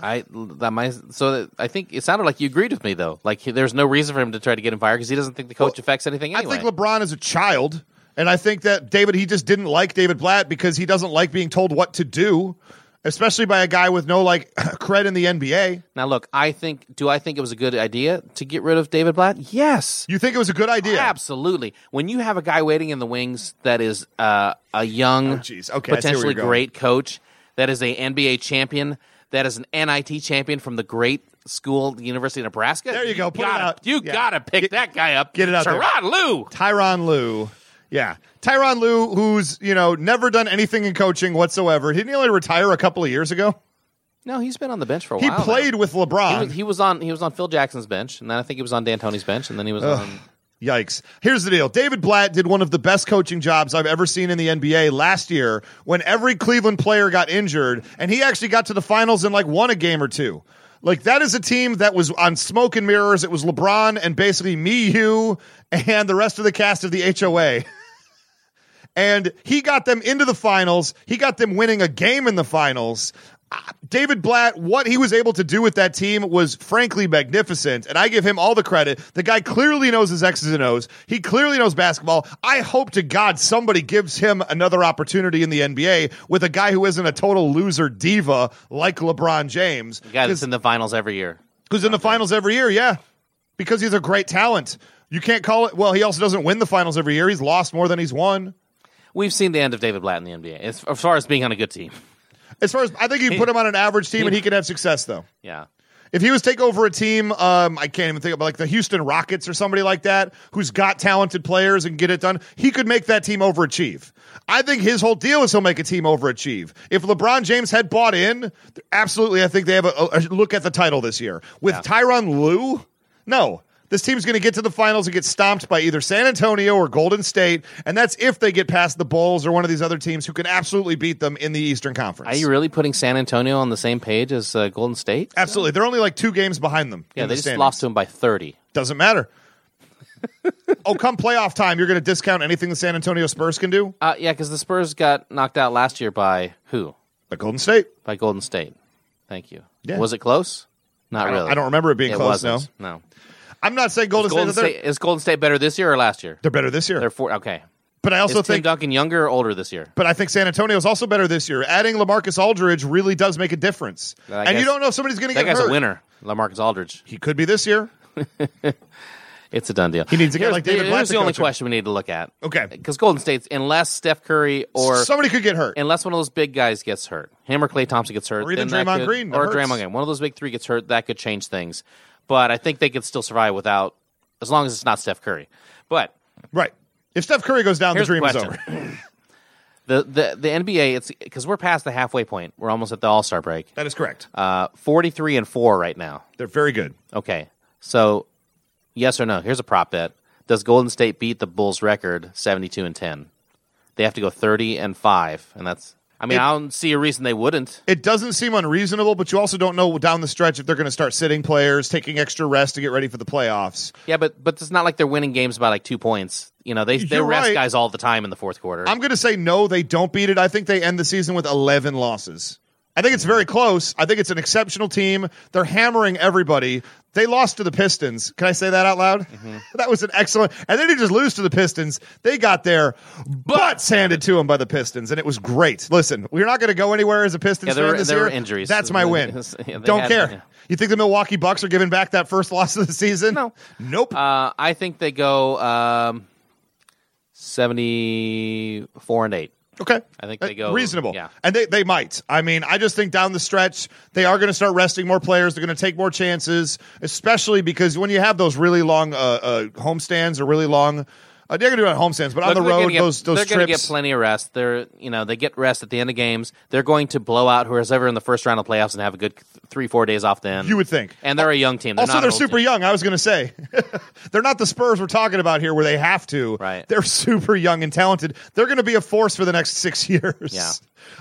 [SPEAKER 1] I that my so that, I think it sounded like you agreed with me though. Like he, there's no reason for him to try to get him fired because he doesn't think the coach affects anything anyway.
[SPEAKER 2] I think LeBron is a child, and I think that David he just didn't like David Blatt because he doesn't like being told what to do, especially by a guy with no like cred in the NBA.
[SPEAKER 1] now look, I think do I think it was a good idea to get rid of David Blatt? Yes.
[SPEAKER 2] You think it was a good idea?
[SPEAKER 1] Absolutely. When you have a guy waiting in the wings that is uh, a young,
[SPEAKER 2] Oh, jeez. Okay, I see where
[SPEAKER 1] potentially
[SPEAKER 2] you're going.
[SPEAKER 1] great coach, that is a NBA champion, that is an NIT champion from the great school, the University of Nebraska.
[SPEAKER 2] There you go. Put it
[SPEAKER 1] gotta,
[SPEAKER 2] out.
[SPEAKER 1] You
[SPEAKER 2] Yeah.
[SPEAKER 1] gotta pick
[SPEAKER 2] Get-
[SPEAKER 1] that guy up.
[SPEAKER 2] get it out there.
[SPEAKER 1] Sherrod Lou.
[SPEAKER 2] Tyron Lou. Yeah. Tyron Lou, who's, you know, never done anything in coaching whatsoever. Didn't he only retire a couple of years ago?
[SPEAKER 1] No, he's been on the bench for a
[SPEAKER 2] He
[SPEAKER 1] while. now.
[SPEAKER 2] played with LeBron.
[SPEAKER 1] He was, he was on. He was on Phil Jackson's bench, and then I think he was on D'Antoni's bench, and then he was on.
[SPEAKER 2] Yikes. Here's the deal. David Blatt did one of the best coaching jobs I've ever seen in the NBA last year when every Cleveland player got injured and he actually got to the finals and like won a game or two. Like that is a team that was on smoke and mirrors. It was LeBron and basically me, you, and the rest of the cast of the HOA. and he got them into the finals. He got them winning a game in the finals. Ah, David Blatt, what he was able to do with that team was frankly magnificent, and I give him all the credit. The guy clearly knows his X's and O's. He clearly knows basketball. I hope to God somebody gives him another opportunity in the NBA with a guy who isn't a total loser diva like LeBron James,
[SPEAKER 1] The guy that's in the finals every year.
[SPEAKER 2] who's in the finals every year. Yeah, because he's a great talent. You can't call it. Well, he also doesn't win the finals every year. He's lost more than he's won.
[SPEAKER 1] We've seen the end of David Blatt in the NBA, as, as far as being on a good team.
[SPEAKER 2] As far as I think you put him on an average team and he could have success though.
[SPEAKER 1] Yeah.
[SPEAKER 2] If he was take over a team, um, I can't even think of like the Houston Rockets or somebody like that, who's got talented players and get it done, he could make that team overachieve. I think his whole deal is he'll make a team overachieve. If LeBron James had bought in, absolutely, I think they have a, a look at the title this year with Tyron Lue. No, this team's going to get to the finals and get stomped by either San Antonio or Golden State, and that's if they get past the Bulls or one of these other teams who can absolutely beat them in the Eastern Conference.
[SPEAKER 1] Are you really putting San Antonio on the same page as uh, Golden State?
[SPEAKER 2] Absolutely. They're only like two games behind them.
[SPEAKER 1] Yeah,
[SPEAKER 2] in
[SPEAKER 1] they
[SPEAKER 2] the
[SPEAKER 1] just
[SPEAKER 2] standings.
[SPEAKER 1] lost to him by 30.
[SPEAKER 2] Doesn't matter. oh, come playoff time, you're going to discount anything the San Antonio Spurs can do?
[SPEAKER 1] Uh, yeah, because the Spurs got knocked out last year by who?
[SPEAKER 2] The Golden State.
[SPEAKER 1] By Golden State. Thank you.
[SPEAKER 2] Yeah.
[SPEAKER 1] Was it close? Not
[SPEAKER 2] I don't-
[SPEAKER 1] really.
[SPEAKER 2] I don't remember it being
[SPEAKER 1] it
[SPEAKER 2] close,
[SPEAKER 1] Wasn't. No.
[SPEAKER 2] I'm not saying Golden,
[SPEAKER 1] Golden
[SPEAKER 2] State. that
[SPEAKER 1] State, is Golden State better this year or last year?
[SPEAKER 2] They're, they're better this year.
[SPEAKER 1] They're four. Okay.
[SPEAKER 2] but I
[SPEAKER 1] Is
[SPEAKER 2] also
[SPEAKER 1] Tim
[SPEAKER 2] think
[SPEAKER 1] Duncan younger or older this year?
[SPEAKER 2] but I think San Antonio's also better this year. Adding LaMarcus Aldridge really does make a difference.
[SPEAKER 1] I
[SPEAKER 2] and you
[SPEAKER 1] guess-
[SPEAKER 2] don't know if somebody's going to
[SPEAKER 1] That
[SPEAKER 2] get
[SPEAKER 1] guy's
[SPEAKER 2] hurt.
[SPEAKER 1] a winner. Lamarcus Aldridge.
[SPEAKER 2] He could be this year.
[SPEAKER 1] It's a done deal.
[SPEAKER 2] He needs to get
[SPEAKER 1] Here's-
[SPEAKER 2] like David Blatt
[SPEAKER 1] Here's
[SPEAKER 2] to
[SPEAKER 1] the only
[SPEAKER 2] coach him.
[SPEAKER 1] question we need to look at.
[SPEAKER 2] Okay.
[SPEAKER 1] Because Golden State's, unless Steph Curry or
[SPEAKER 2] somebody could get hurt.
[SPEAKER 1] unless one of those big guys gets hurt, him or Clay Thompson gets hurt,
[SPEAKER 2] Or even
[SPEAKER 1] then that
[SPEAKER 2] Draymond
[SPEAKER 1] could-
[SPEAKER 2] Green, that
[SPEAKER 1] or
[SPEAKER 2] hurts.
[SPEAKER 1] Draymond Green, one of those big three gets hurt, that could change things. But I think they could still survive without, as long as it's not Steph Curry. But
[SPEAKER 2] right. If Steph Curry goes down,
[SPEAKER 1] here's
[SPEAKER 2] the dream
[SPEAKER 1] the
[SPEAKER 2] is
[SPEAKER 1] question:
[SPEAKER 2] over.
[SPEAKER 1] the, the the NBA, it's because we're past the halfway point. We're almost at the All Star break.
[SPEAKER 2] That is correct.
[SPEAKER 1] Uh, Forty three and four right now.
[SPEAKER 2] They're very good.
[SPEAKER 1] Okay, so yes or no? Here's a prop bet: Does Golden State beat the Bulls' record seventy two and ten? They have to go thirty and five, and that's. I mean, I don't see a reason they wouldn't.
[SPEAKER 2] it doesn't seem unreasonable, but you also don't know down the stretch if they're going to start sitting players, taking extra rest to get ready for the playoffs.
[SPEAKER 1] Yeah, but but it's not like they're winning games by like two points. You know, they they
[SPEAKER 2] You're
[SPEAKER 1] rest
[SPEAKER 2] right.
[SPEAKER 1] guys all the time in the fourth quarter.
[SPEAKER 2] I'm going to say no, they don't beat it. I think they end the season with 11 losses. I think it's very
[SPEAKER 1] Mm-hmm.
[SPEAKER 2] close. I think it's an exceptional team. They're hammering everybody. They lost to the Pistons. Can I say that out loud?
[SPEAKER 1] Mm-hmm.
[SPEAKER 2] that was an excellent. And they didn't just lose to the Pistons. They got their butts handed to them by the Pistons, and it was great. Listen, we're not going to go anywhere as a Pistons
[SPEAKER 1] Yeah, there
[SPEAKER 2] fan
[SPEAKER 1] were-
[SPEAKER 2] this
[SPEAKER 1] there
[SPEAKER 2] year.
[SPEAKER 1] were injuries.
[SPEAKER 2] That's my win.
[SPEAKER 1] Yeah, they
[SPEAKER 2] Don't
[SPEAKER 1] had-
[SPEAKER 2] care.
[SPEAKER 1] yeah.
[SPEAKER 2] You think the Milwaukee Bucks are giving back that first loss of the season?
[SPEAKER 1] No.
[SPEAKER 2] Nope.
[SPEAKER 1] uh, I think they go um, seventy four and eight.
[SPEAKER 2] Okay.
[SPEAKER 1] I think they
[SPEAKER 2] Uh,
[SPEAKER 1] go-
[SPEAKER 2] reasonable.
[SPEAKER 1] yeah.
[SPEAKER 2] And they, they might. I mean, I just think down the stretch, they are going to start resting more players. They're going to take more chances, especially because when you have those really long uh, uh, homestands or really long Uh, they're going to do it on home stands, but on the
[SPEAKER 1] Look, they're
[SPEAKER 2] road,
[SPEAKER 1] gonna get-
[SPEAKER 2] those those
[SPEAKER 1] they're going to get
[SPEAKER 2] trips.
[SPEAKER 1] plenty of rest. They're you know they get rest at the end of games. They're going to blow out whoever's ever in the first round of playoffs and have a good th- three four days off then.
[SPEAKER 2] You would think.
[SPEAKER 1] and they're a young team. They're
[SPEAKER 2] also,
[SPEAKER 1] not
[SPEAKER 2] they're
[SPEAKER 1] an old
[SPEAKER 2] super
[SPEAKER 1] team.
[SPEAKER 2] young. I was going to say they're not the Spurs we're talking about here, where they have to.
[SPEAKER 1] Right.
[SPEAKER 2] They're super young and talented. They're going to be a force for the next six years.
[SPEAKER 1] Yeah.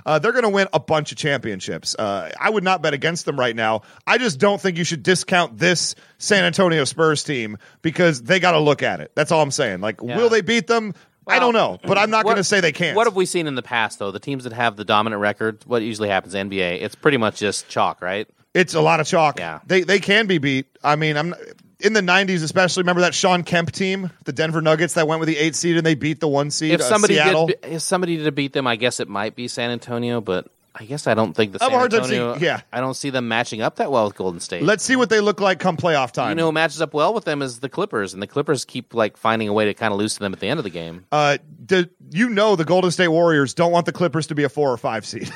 [SPEAKER 2] Uh, they're going to win a bunch of championships. Uh, I would not bet against them right now. I just don't think you should discount this San Antonio Spurs team because they got to look at it. That's all I'm saying. Like,
[SPEAKER 1] Yeah.
[SPEAKER 2] will they beat them? I
[SPEAKER 1] Well,
[SPEAKER 2] don't know, but I'm not
[SPEAKER 1] What-
[SPEAKER 2] going to say they can't.
[SPEAKER 1] What have we seen in the past though? The teams that have the dominant record, what usually happens NBA, it's pretty much just chalk, right?
[SPEAKER 2] It's a lot of chalk.
[SPEAKER 1] Yeah.
[SPEAKER 2] They they can be beat. I mean, I'm in the 90s especially remember that Sean Kemp team, the Denver Nuggets that went with the 8 seed and they beat the 1 seed
[SPEAKER 1] If
[SPEAKER 2] uh,
[SPEAKER 1] somebody
[SPEAKER 2] Seattle.
[SPEAKER 1] did, if somebody did beat them, I guess it might be San Antonio, but. I guess I don't think the
[SPEAKER 2] I have
[SPEAKER 1] San
[SPEAKER 2] a hard time
[SPEAKER 1] Antonio.
[SPEAKER 2] seeing- yeah.
[SPEAKER 1] I don't see them matching up that well with Golden State.
[SPEAKER 2] Let's see what they look like come playoff time.
[SPEAKER 1] you know, who matches up well with them is the Clippers, and the Clippers keep like finding a way to kind of lose to them at the end of the game.
[SPEAKER 2] uh, do, you know the Golden State Warriors don't want the Clippers to be a 4 or 5 seed.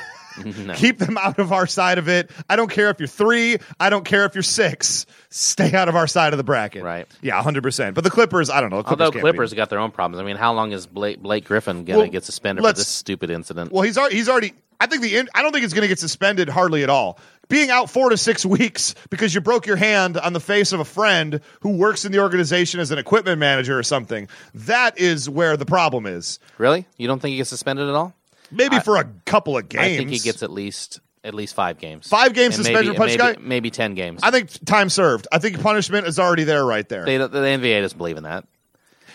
[SPEAKER 2] Keep them out of our side of it. I don't care if you're 3, I don't care if you're 6. Stay out of our side of the bracket.
[SPEAKER 1] Right.
[SPEAKER 2] Yeah, 100%. But the Clippers, I don't know. the Clippers
[SPEAKER 1] Although
[SPEAKER 2] can't beat
[SPEAKER 1] Clippers
[SPEAKER 2] them.
[SPEAKER 1] got their own problems. I mean, how long is Blake, Blake Griffin gonna
[SPEAKER 2] Well,
[SPEAKER 1] get suspended for
[SPEAKER 2] let's-
[SPEAKER 1] this stupid incident?
[SPEAKER 2] Well, he's already, he's already. I think the in, I don't think it's going to get suspended hardly at all. Being out four to six weeks because you broke your hand on the face of a friend who works in the organization as an equipment manager or something. That is where the problem is.
[SPEAKER 1] really? You don't think he gets suspended at all?
[SPEAKER 2] Maybe for a couple of games.
[SPEAKER 1] I think he gets at least at least five games.
[SPEAKER 2] Five games
[SPEAKER 1] And
[SPEAKER 2] suspended
[SPEAKER 1] maybe,
[SPEAKER 2] for punch
[SPEAKER 1] maybe,
[SPEAKER 2] guy?
[SPEAKER 1] maybe ten games.
[SPEAKER 2] I think time served. I think punishment is already there, right there.
[SPEAKER 1] they, don't- the NBA doesn't believe in that.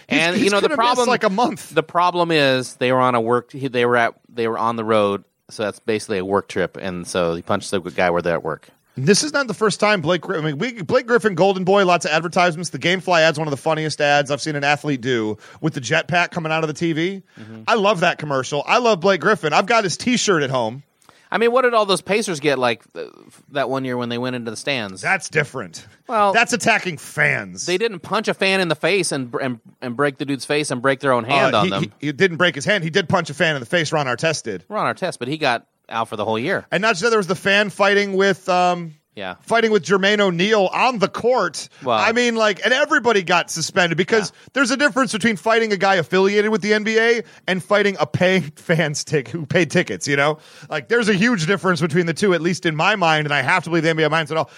[SPEAKER 1] And
[SPEAKER 2] he's
[SPEAKER 1] you know the
[SPEAKER 2] gonna miss,
[SPEAKER 1] problem
[SPEAKER 2] like, a month.
[SPEAKER 1] The problem is they were on a work. he- They were at they were on the road, so that's basically a work trip. And so he punched the guy where they're at work.
[SPEAKER 2] This is not the first time Blake. Gri- I mean, we, Blake Griffin, Golden Boy, lots of advertisements. The GameFly ad's one of the funniest ads I've seen an athlete do with the jetpack coming out of the TV.
[SPEAKER 1] Mm-hmm.
[SPEAKER 2] I love that commercial. I love Blake Griffin. I've got his T-shirt at home.
[SPEAKER 1] I mean, what did all those Pacers get like th- that one year when they went into the stands?
[SPEAKER 2] That's different.
[SPEAKER 1] Well-
[SPEAKER 2] that's attacking fans.
[SPEAKER 1] they didn't punch a fan in the face and br- and, and break the dude's face and break their own hand
[SPEAKER 2] Uh,
[SPEAKER 1] on
[SPEAKER 2] he,
[SPEAKER 1] them.
[SPEAKER 2] He, he didn't break his hand. He did punch a fan in the face. Ron Artest did.
[SPEAKER 1] We're on our test, but he got out for the whole year.
[SPEAKER 2] And not just that, there was the fan fighting with. Um,
[SPEAKER 1] Yeah.
[SPEAKER 2] Fighting with Jermaine O'Neal on the court.
[SPEAKER 1] Well-
[SPEAKER 2] I mean, like, and everybody got suspended because there's a difference between fighting a guy affiliated with the NBA and fighting a paying fans tick who paid tickets, you know? Like, there's a huge difference between the two, at least in my mind, and I have to believe the NBA minds at all.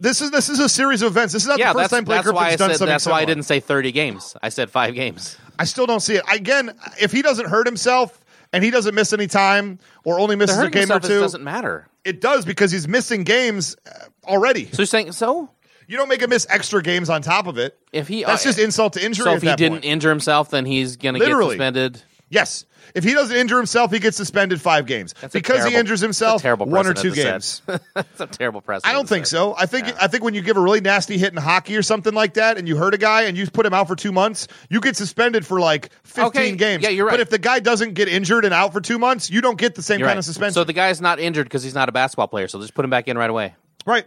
[SPEAKER 2] This is this is a series of events. This is not
[SPEAKER 1] Yeah,
[SPEAKER 2] the
[SPEAKER 1] that's,
[SPEAKER 2] first time Blake
[SPEAKER 1] that's why I
[SPEAKER 2] Griffin's done
[SPEAKER 1] said
[SPEAKER 2] something.
[SPEAKER 1] that's why I
[SPEAKER 2] similar.
[SPEAKER 1] didn't say 30 games. I said 5 games.
[SPEAKER 2] I still don't see it. Again, if he doesn't hurt himself and he doesn't miss any time or only misses a
[SPEAKER 1] Hurting
[SPEAKER 2] game or
[SPEAKER 1] himself is-
[SPEAKER 2] two,
[SPEAKER 1] doesn't matter.
[SPEAKER 2] it does because he's missing games uh, already.
[SPEAKER 1] So you're saying so
[SPEAKER 2] You don't make him miss extra games on top of it.
[SPEAKER 1] if he
[SPEAKER 2] That's
[SPEAKER 1] uh,
[SPEAKER 2] just insult to injury.
[SPEAKER 1] So
[SPEAKER 2] at
[SPEAKER 1] if he
[SPEAKER 2] that
[SPEAKER 1] didn't
[SPEAKER 2] point.
[SPEAKER 1] injure himself, then he's going to get
[SPEAKER 2] Literally.
[SPEAKER 1] suspended.
[SPEAKER 2] yes, if he doesn't injure himself, he gets suspended five games
[SPEAKER 1] That's a
[SPEAKER 2] because he
[SPEAKER 1] terrible-
[SPEAKER 2] injures
[SPEAKER 1] that's a
[SPEAKER 2] himself.
[SPEAKER 1] terrible
[SPEAKER 2] one or two
[SPEAKER 1] precedent to
[SPEAKER 2] games.
[SPEAKER 1] set. that's a terrible precedent.
[SPEAKER 2] I don't
[SPEAKER 1] to
[SPEAKER 2] think
[SPEAKER 1] set.
[SPEAKER 2] so. I think I think when you give a really nasty hit in hockey or something like that, and you hurt a guy and you put him out for two months, you get suspended for like fifteen
[SPEAKER 1] Okay,
[SPEAKER 2] games.
[SPEAKER 1] yeah, you're right.
[SPEAKER 2] But if the guy doesn't get injured and out for two months, you don't get the same
[SPEAKER 1] You're
[SPEAKER 2] kind
[SPEAKER 1] right.
[SPEAKER 2] of suspension.
[SPEAKER 1] So the guy's not injured because he's not a basketball player. So just put him back in right away.
[SPEAKER 2] Right.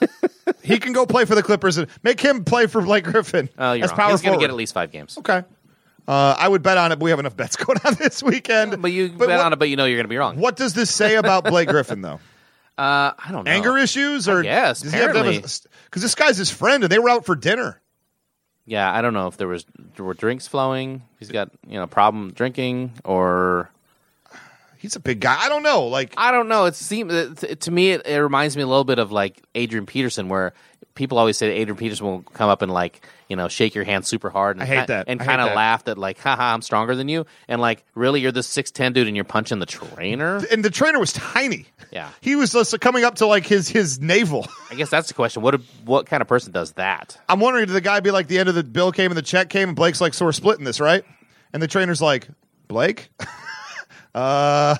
[SPEAKER 2] he can go play for the Clippers and make him play for Blake Griffin.
[SPEAKER 1] Oh, you're
[SPEAKER 2] as
[SPEAKER 1] wrong.
[SPEAKER 2] power
[SPEAKER 1] He's going to
[SPEAKER 2] forward.
[SPEAKER 1] get at least five games.
[SPEAKER 2] Okay. Uh, I would bet on it. But we have enough bets going on this weekend.
[SPEAKER 1] But you bet
[SPEAKER 2] what,
[SPEAKER 1] on it, but you know you're going to be wrong.
[SPEAKER 2] What does this say about Blake Griffin though?
[SPEAKER 1] Uh, I don't know.
[SPEAKER 2] Anger issues or
[SPEAKER 1] guess, apparently.
[SPEAKER 2] because this guy's his friend and they were out for dinner.
[SPEAKER 1] Yeah, I don't know if there was there were drinks flowing. He's got you know problem drinking or
[SPEAKER 2] He's a big guy. I don't know. Like
[SPEAKER 1] I don't know. It seems it- to me it, it reminds me a little bit of like Adrian Peterson, where people always say that Adrian Peterson will come up and like you know shake your hand super hard and
[SPEAKER 2] I hate
[SPEAKER 1] ki-
[SPEAKER 2] that.
[SPEAKER 1] and
[SPEAKER 2] I hate
[SPEAKER 1] kind of
[SPEAKER 2] that.
[SPEAKER 1] laugh that like haha I'm stronger than you and like really you're this six ten dude and you're punching the trainer.
[SPEAKER 2] and the trainer was tiny.
[SPEAKER 1] Yeah.
[SPEAKER 2] He was just coming up to like his his navel.
[SPEAKER 1] I guess that's the question. What what kind of person does that?
[SPEAKER 2] I'm wondering, did the guy be like the end of the bill came and the check came and Blake's like, so we're splitting this, right? And the trainer's like, Blake, uh,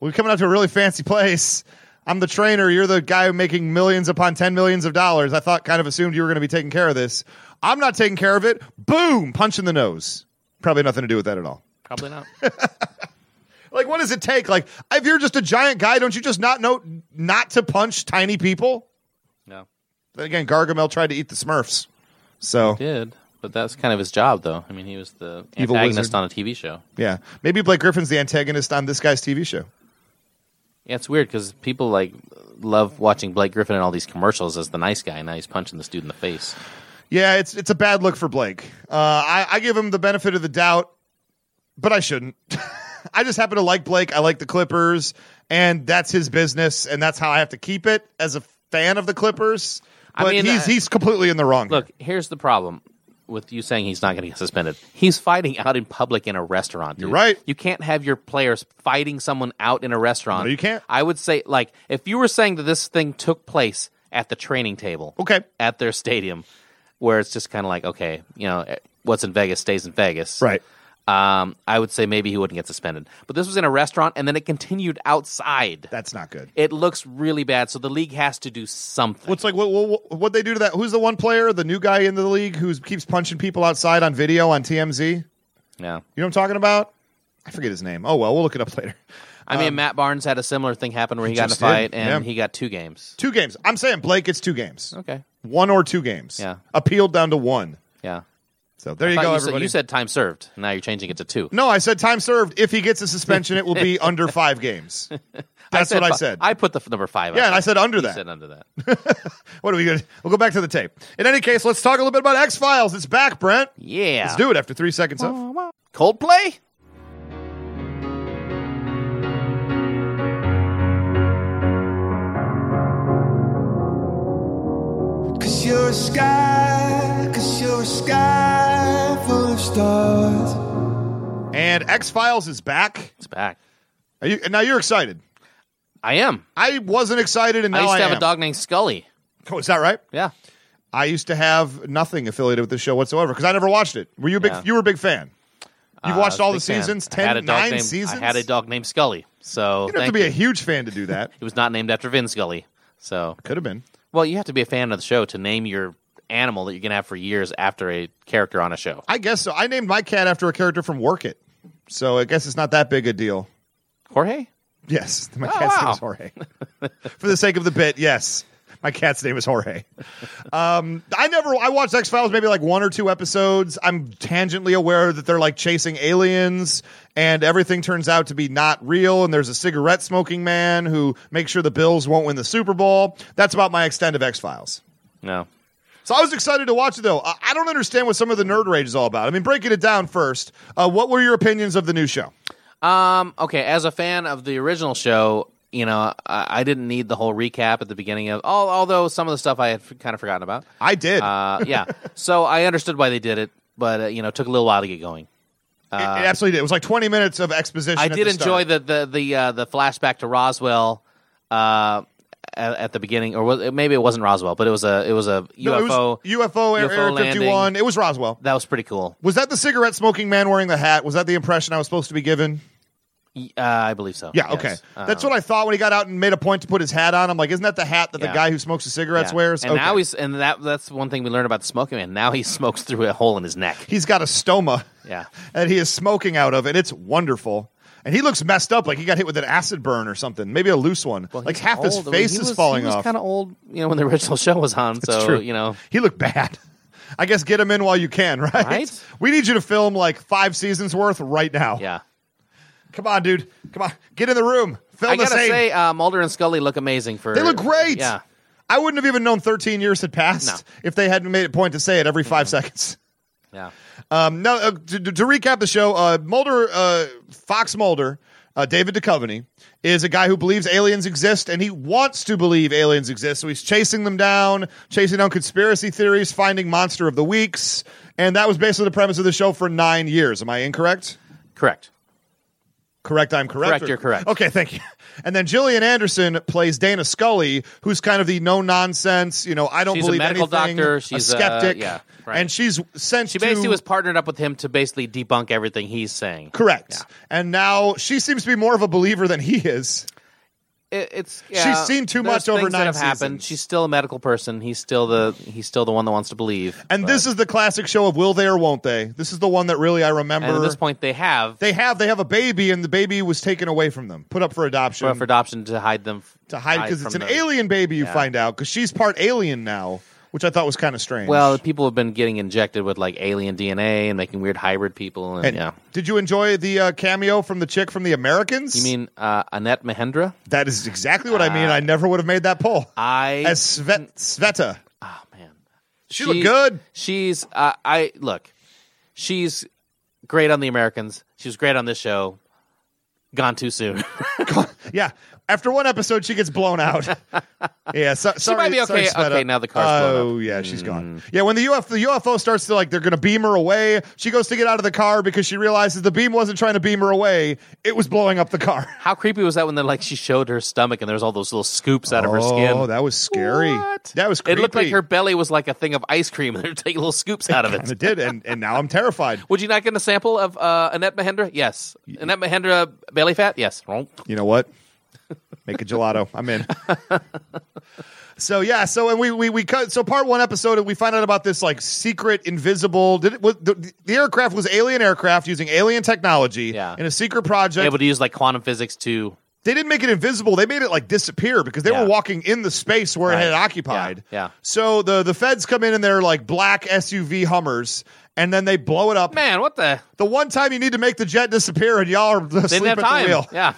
[SPEAKER 2] we're coming up to a really fancy place. I'm the trainer. You're the guy making millions upon ten millions of dollars. I thought, kind of assumed you were going to be taking care of this. I'm not taking care of it. Boom, punch in the nose. Probably nothing to do with that at all.
[SPEAKER 1] Probably not.
[SPEAKER 2] Like, what does it take? Like, if you're just a giant guy, don't you just not know not to punch tiny people?
[SPEAKER 1] no,
[SPEAKER 2] Then again, Gargamel tried to eat the Smurfs. So
[SPEAKER 1] did but that's kind of his job though. I mean, he was the
[SPEAKER 2] Evil
[SPEAKER 1] antagonist
[SPEAKER 2] wizard.
[SPEAKER 1] on a TV show.
[SPEAKER 2] Yeah, maybe Blake Griffin's the antagonist on this guy's TV show.
[SPEAKER 1] Yeah, it's weird because people like love watching Blake Griffin in all these commercials as the nice guy. and Now he's punching this dude in the face.
[SPEAKER 2] Yeah, it's it's a bad look for Blake. Uh, I, I give him the benefit of the doubt, but I shouldn't. I just happen to like Blake. I like the Clippers, and that's his business, and that's how I have to keep it as a fan of the Clippers.
[SPEAKER 1] I
[SPEAKER 2] But
[SPEAKER 1] mean,
[SPEAKER 2] he's
[SPEAKER 1] I-
[SPEAKER 2] he's completely in the wrong.
[SPEAKER 1] Look, here's the problem with you saying he's not going to get suspended. He's fighting out in public in a restaurant. Dude.
[SPEAKER 2] You're right.
[SPEAKER 1] You can't have your players fighting someone out in a restaurant.
[SPEAKER 2] No, you can't.
[SPEAKER 1] I would say, like, if you were saying that this thing took place at the training table,
[SPEAKER 2] Okay.
[SPEAKER 1] at their stadium, where it's just kind of like, okay, you know, eh, what's in Vegas stays in Vegas,
[SPEAKER 2] Right.
[SPEAKER 1] Um, I would say maybe he wouldn't get suspended. But this was in a restaurant, and then it continued outside.
[SPEAKER 2] That's not good.
[SPEAKER 1] It looks really bad. So the league has to do something.
[SPEAKER 2] What's like what what what they do to that? Who's the one player, the new guy in the league, who keeps punching people outside on video on TMZ? You
[SPEAKER 1] yeah.
[SPEAKER 2] know what I'm talking about? I forget his name. Oh well, we'll look it up later.
[SPEAKER 1] I mean, Matt Barnes had a similar thing happen where he got in a
[SPEAKER 2] Um, just
[SPEAKER 1] fight
[SPEAKER 2] did,
[SPEAKER 1] and
[SPEAKER 2] yeah.
[SPEAKER 1] he got two games.
[SPEAKER 2] Two games. I'm saying Blake. It's two games.
[SPEAKER 1] Okay.
[SPEAKER 2] One or two games.
[SPEAKER 1] Yeah. Appealed
[SPEAKER 2] Appealed down to one.
[SPEAKER 1] Yeah.
[SPEAKER 2] So there you
[SPEAKER 1] Thought
[SPEAKER 2] go,
[SPEAKER 1] you, said,
[SPEAKER 2] everybody.
[SPEAKER 1] you said time served. Now you're changing it to two.
[SPEAKER 2] no, I said time served. If he gets a suspension, it will be under five games. That's what I
[SPEAKER 1] fi-
[SPEAKER 2] said.
[SPEAKER 1] I put the f- number five.
[SPEAKER 2] yeah, and I said under
[SPEAKER 1] You
[SPEAKER 2] that.
[SPEAKER 1] said under that.
[SPEAKER 2] what are we going to We'll go back to the tape. In any case, let's talk a little bit about X Files. It's back, Brent.
[SPEAKER 1] Yeah.
[SPEAKER 2] Let's do it after three seconds of.
[SPEAKER 1] Coldplay.
[SPEAKER 4] Cause you're a sky, cause you're a sky full of stars.
[SPEAKER 2] And X Files is back.
[SPEAKER 1] It's back.
[SPEAKER 2] Are you, now you're excited.
[SPEAKER 1] I am.
[SPEAKER 2] I wasn't excited, and now
[SPEAKER 1] I
[SPEAKER 2] I,
[SPEAKER 1] used to have
[SPEAKER 2] am.
[SPEAKER 1] a dog named Scully.
[SPEAKER 2] Oh, is that right?
[SPEAKER 1] Yeah.
[SPEAKER 2] I used to have nothing affiliated with this show whatsoever because I never watched it. Were you a big?
[SPEAKER 1] Yeah.
[SPEAKER 2] You were a big fan. You've
[SPEAKER 1] I
[SPEAKER 2] watched
[SPEAKER 1] was a
[SPEAKER 2] all the
[SPEAKER 1] big fan.
[SPEAKER 2] seasons.
[SPEAKER 1] I had a
[SPEAKER 2] Ten,
[SPEAKER 1] dog
[SPEAKER 2] nine
[SPEAKER 1] named,
[SPEAKER 2] seasons.
[SPEAKER 1] I had a dog named Scully. So
[SPEAKER 2] You don't have to
[SPEAKER 1] thank
[SPEAKER 2] be a
[SPEAKER 1] you.
[SPEAKER 2] huge fan to do that.
[SPEAKER 1] He was not named after Vin Scully. So,
[SPEAKER 2] Could have been.
[SPEAKER 1] well, you have to be a fan of the show to name your animal that you're going to have for years after a character on a show.
[SPEAKER 2] I guess so. I named my cat after a character from Work It, so I guess it's not that big a deal.
[SPEAKER 1] Jorge?
[SPEAKER 2] Yes, my
[SPEAKER 1] Oh,
[SPEAKER 2] cat's name
[SPEAKER 1] wow.
[SPEAKER 2] is Jorge. For the sake of the bit, yes, my cat's name is Jorge. Um, I never. I watched X Files maybe like one or two episodes. I'm tangentially aware that they're like chasing aliens, and everything turns out to be not real. And there's a cigarette smoking man who makes sure the Bills won't win the Super Bowl. That's about my extent of X Files.
[SPEAKER 1] No.
[SPEAKER 2] So I was excited to watch it though. I, I don't understand what some of the nerd rage is all about. I mean, breaking it down first. Uh, what were your opinions of the new show?
[SPEAKER 1] Um. Okay. As a fan of the original show, you know, I, I didn't need the whole recap at the beginning of. All, although some of the stuff I had kind of forgotten about.
[SPEAKER 2] I did.
[SPEAKER 1] Uh. yeah. So I understood why they did it, but uh, you know, it took a little while to get going.
[SPEAKER 2] it, it absolutely did. It was like 20 minutes of exposition.
[SPEAKER 1] Uh, I
[SPEAKER 2] at
[SPEAKER 1] did
[SPEAKER 2] the
[SPEAKER 1] enjoy
[SPEAKER 2] start.
[SPEAKER 1] the the the uh, the flashback to Roswell. Uh. At, at the beginning, or was, maybe it wasn't Roswell, but it was a it was a UFO.
[SPEAKER 2] No, it was UFO, Air,
[SPEAKER 1] UFO
[SPEAKER 2] Area
[SPEAKER 1] landing.
[SPEAKER 2] 51. It was Roswell.
[SPEAKER 1] that was pretty cool.
[SPEAKER 2] Was that the cigarette smoking man wearing the hat? Was that the impression I was supposed to be given?
[SPEAKER 1] Y- Uh, I believe so.
[SPEAKER 2] Yeah,
[SPEAKER 1] Yes.
[SPEAKER 2] okay.
[SPEAKER 1] Uh,
[SPEAKER 2] That's what I thought when he got out and made a point to put his hat on. I'm like, isn't that the hat that the
[SPEAKER 1] Yeah.
[SPEAKER 2] guy who smokes the cigarettes
[SPEAKER 1] yeah.
[SPEAKER 2] wears?
[SPEAKER 1] And
[SPEAKER 2] Okay.
[SPEAKER 1] now he's and that that's one thing we learned about the smoking man. Now he smokes through a hole in his neck.
[SPEAKER 2] he's got a stoma
[SPEAKER 1] Yeah.
[SPEAKER 2] that he is smoking out of, and it's wonderful. And he looks messed up, like he got hit with an acid burn or something, maybe a loose one. like
[SPEAKER 1] He's
[SPEAKER 2] half his
[SPEAKER 1] old.
[SPEAKER 2] face
[SPEAKER 1] He
[SPEAKER 2] is
[SPEAKER 1] was-
[SPEAKER 2] falling
[SPEAKER 1] he was
[SPEAKER 2] off.
[SPEAKER 1] Kind of old, you know, when the original show was on.
[SPEAKER 2] It's
[SPEAKER 1] so you know,
[SPEAKER 2] he looked bad. I guess get him in while you can, right?
[SPEAKER 1] Right?
[SPEAKER 2] We need you to film like five seasons worth right now.
[SPEAKER 1] yeah.
[SPEAKER 2] Come on, dude. Come on. Get in the room. Film
[SPEAKER 1] I
[SPEAKER 2] the
[SPEAKER 1] gotta
[SPEAKER 2] same.
[SPEAKER 1] say, uh, Mulder and Scully look amazing. For
[SPEAKER 2] they look great.
[SPEAKER 1] Yeah,
[SPEAKER 2] I wouldn't have even known 13 years had passed
[SPEAKER 1] No.
[SPEAKER 2] if they hadn't made a point to say it every 5 seconds.
[SPEAKER 1] yeah.
[SPEAKER 2] Um, no, uh, to, to recap the show, uh, Mulder, uh, Fox Mulder, uh, David Duchovny is a guy who believes aliens exist and he wants to believe aliens exist. So he's chasing them down, chasing down conspiracy theories, finding monster of the weeks, and that was basically the premise of the show for nine years. Am I incorrect?
[SPEAKER 1] Correct.
[SPEAKER 2] Correct, I'm correct.
[SPEAKER 1] Correct,
[SPEAKER 2] or-
[SPEAKER 1] you're correct.
[SPEAKER 2] Okay, thank you. And then Gillian Anderson plays Dana Scully, who's kind of the no nonsense, you know, I don't
[SPEAKER 1] She's a
[SPEAKER 2] believe
[SPEAKER 1] medical
[SPEAKER 2] anything,
[SPEAKER 1] doctor, she's,
[SPEAKER 2] a
[SPEAKER 1] uh,
[SPEAKER 2] skeptic.
[SPEAKER 1] yeah, right.
[SPEAKER 2] And she's sent
[SPEAKER 1] She basically
[SPEAKER 2] to,
[SPEAKER 1] was partnered up with him to basically debunk everything he's saying.
[SPEAKER 2] correct. And now she seems to be more of a believer than he is.
[SPEAKER 1] It, it's
[SPEAKER 2] She's
[SPEAKER 1] yeah,
[SPEAKER 2] seen too
[SPEAKER 1] there's
[SPEAKER 2] much over
[SPEAKER 1] things that
[SPEAKER 2] nine
[SPEAKER 1] have happened.
[SPEAKER 2] seasons.
[SPEAKER 1] She's still a medical person. He's still the he's still the one that wants to believe.
[SPEAKER 2] And
[SPEAKER 1] but-
[SPEAKER 2] this is the classic show of will they or won't they? This is the one that really I remember.
[SPEAKER 1] and at this point they have
[SPEAKER 2] they have they have a baby and the baby was taken away from them, put up for adoption.
[SPEAKER 1] for for adoption to hide them f-
[SPEAKER 2] to hide because it's
[SPEAKER 1] from
[SPEAKER 2] an
[SPEAKER 1] the-
[SPEAKER 2] alien baby you find out because she's part alien now, which I thought was kind of strange.
[SPEAKER 1] Well, people have been getting injected with like alien DNA and making weird hybrid people. And,
[SPEAKER 2] And
[SPEAKER 1] yeah,
[SPEAKER 2] Did you enjoy the uh, cameo from the chick from the Americans?
[SPEAKER 1] you mean uh, Annette Mahendra?
[SPEAKER 2] that is exactly what I mean. I never would have made that poll
[SPEAKER 1] I
[SPEAKER 2] as Svet- Sveta.
[SPEAKER 1] oh man,
[SPEAKER 2] She looked good.
[SPEAKER 1] She's uh, I look. She's great on the Americans. She was great on this show. Gone too soon.
[SPEAKER 2] Yeah. After one episode, she gets blown out. yeah. So, she sorry,
[SPEAKER 1] might be
[SPEAKER 2] sorry,
[SPEAKER 1] okay-
[SPEAKER 2] Sveta.
[SPEAKER 1] okay, now the car's
[SPEAKER 2] oh,
[SPEAKER 1] blown Hmm.
[SPEAKER 2] yeah, she's gone. Yeah, when the UFO, the UFO starts to like, they're going to beam her away. She goes to get out of the car because she realizes the beam wasn't trying to beam her away; it was blowing up the car.
[SPEAKER 1] How creepy was that when they like she showed her stomach and there was all those little scoops out of her skin?
[SPEAKER 2] Oh, that was scary.
[SPEAKER 1] What?
[SPEAKER 2] That was. Creepy.
[SPEAKER 1] It looked like her belly was like a thing of ice cream, and they're taking little scoops out of
[SPEAKER 2] And it
[SPEAKER 1] it.
[SPEAKER 2] did, and, and now I'm terrified.
[SPEAKER 1] Would you not get a sample of uh, Annette Mahendra? Yes. Annette Mahendra belly fat? Yes. Wrong.
[SPEAKER 2] you know what? Make a gelato. I'm in. so yeah, so and we we we cut. So part one episode, we find out about this like secret, invisible. Did it, was, the, the aircraft was alien aircraft using alien technology
[SPEAKER 1] Yeah.
[SPEAKER 2] in a secret project.
[SPEAKER 1] Able to use like quantum physics to
[SPEAKER 2] they didn't make it invisible. They made it like disappear because they
[SPEAKER 1] Yeah.
[SPEAKER 2] were walking in the space where it had
[SPEAKER 1] Right.
[SPEAKER 2] occupied.
[SPEAKER 1] Yeah. Yeah.
[SPEAKER 2] So the the feds come in in their like black SUV Hummers. And then they blow it up.
[SPEAKER 1] man. What the?
[SPEAKER 2] The one time you need to make the jet disappear, and y'all are
[SPEAKER 1] They
[SPEAKER 2] asleep
[SPEAKER 1] didn't have
[SPEAKER 2] at
[SPEAKER 1] time.
[SPEAKER 2] the wheel.
[SPEAKER 1] Yeah.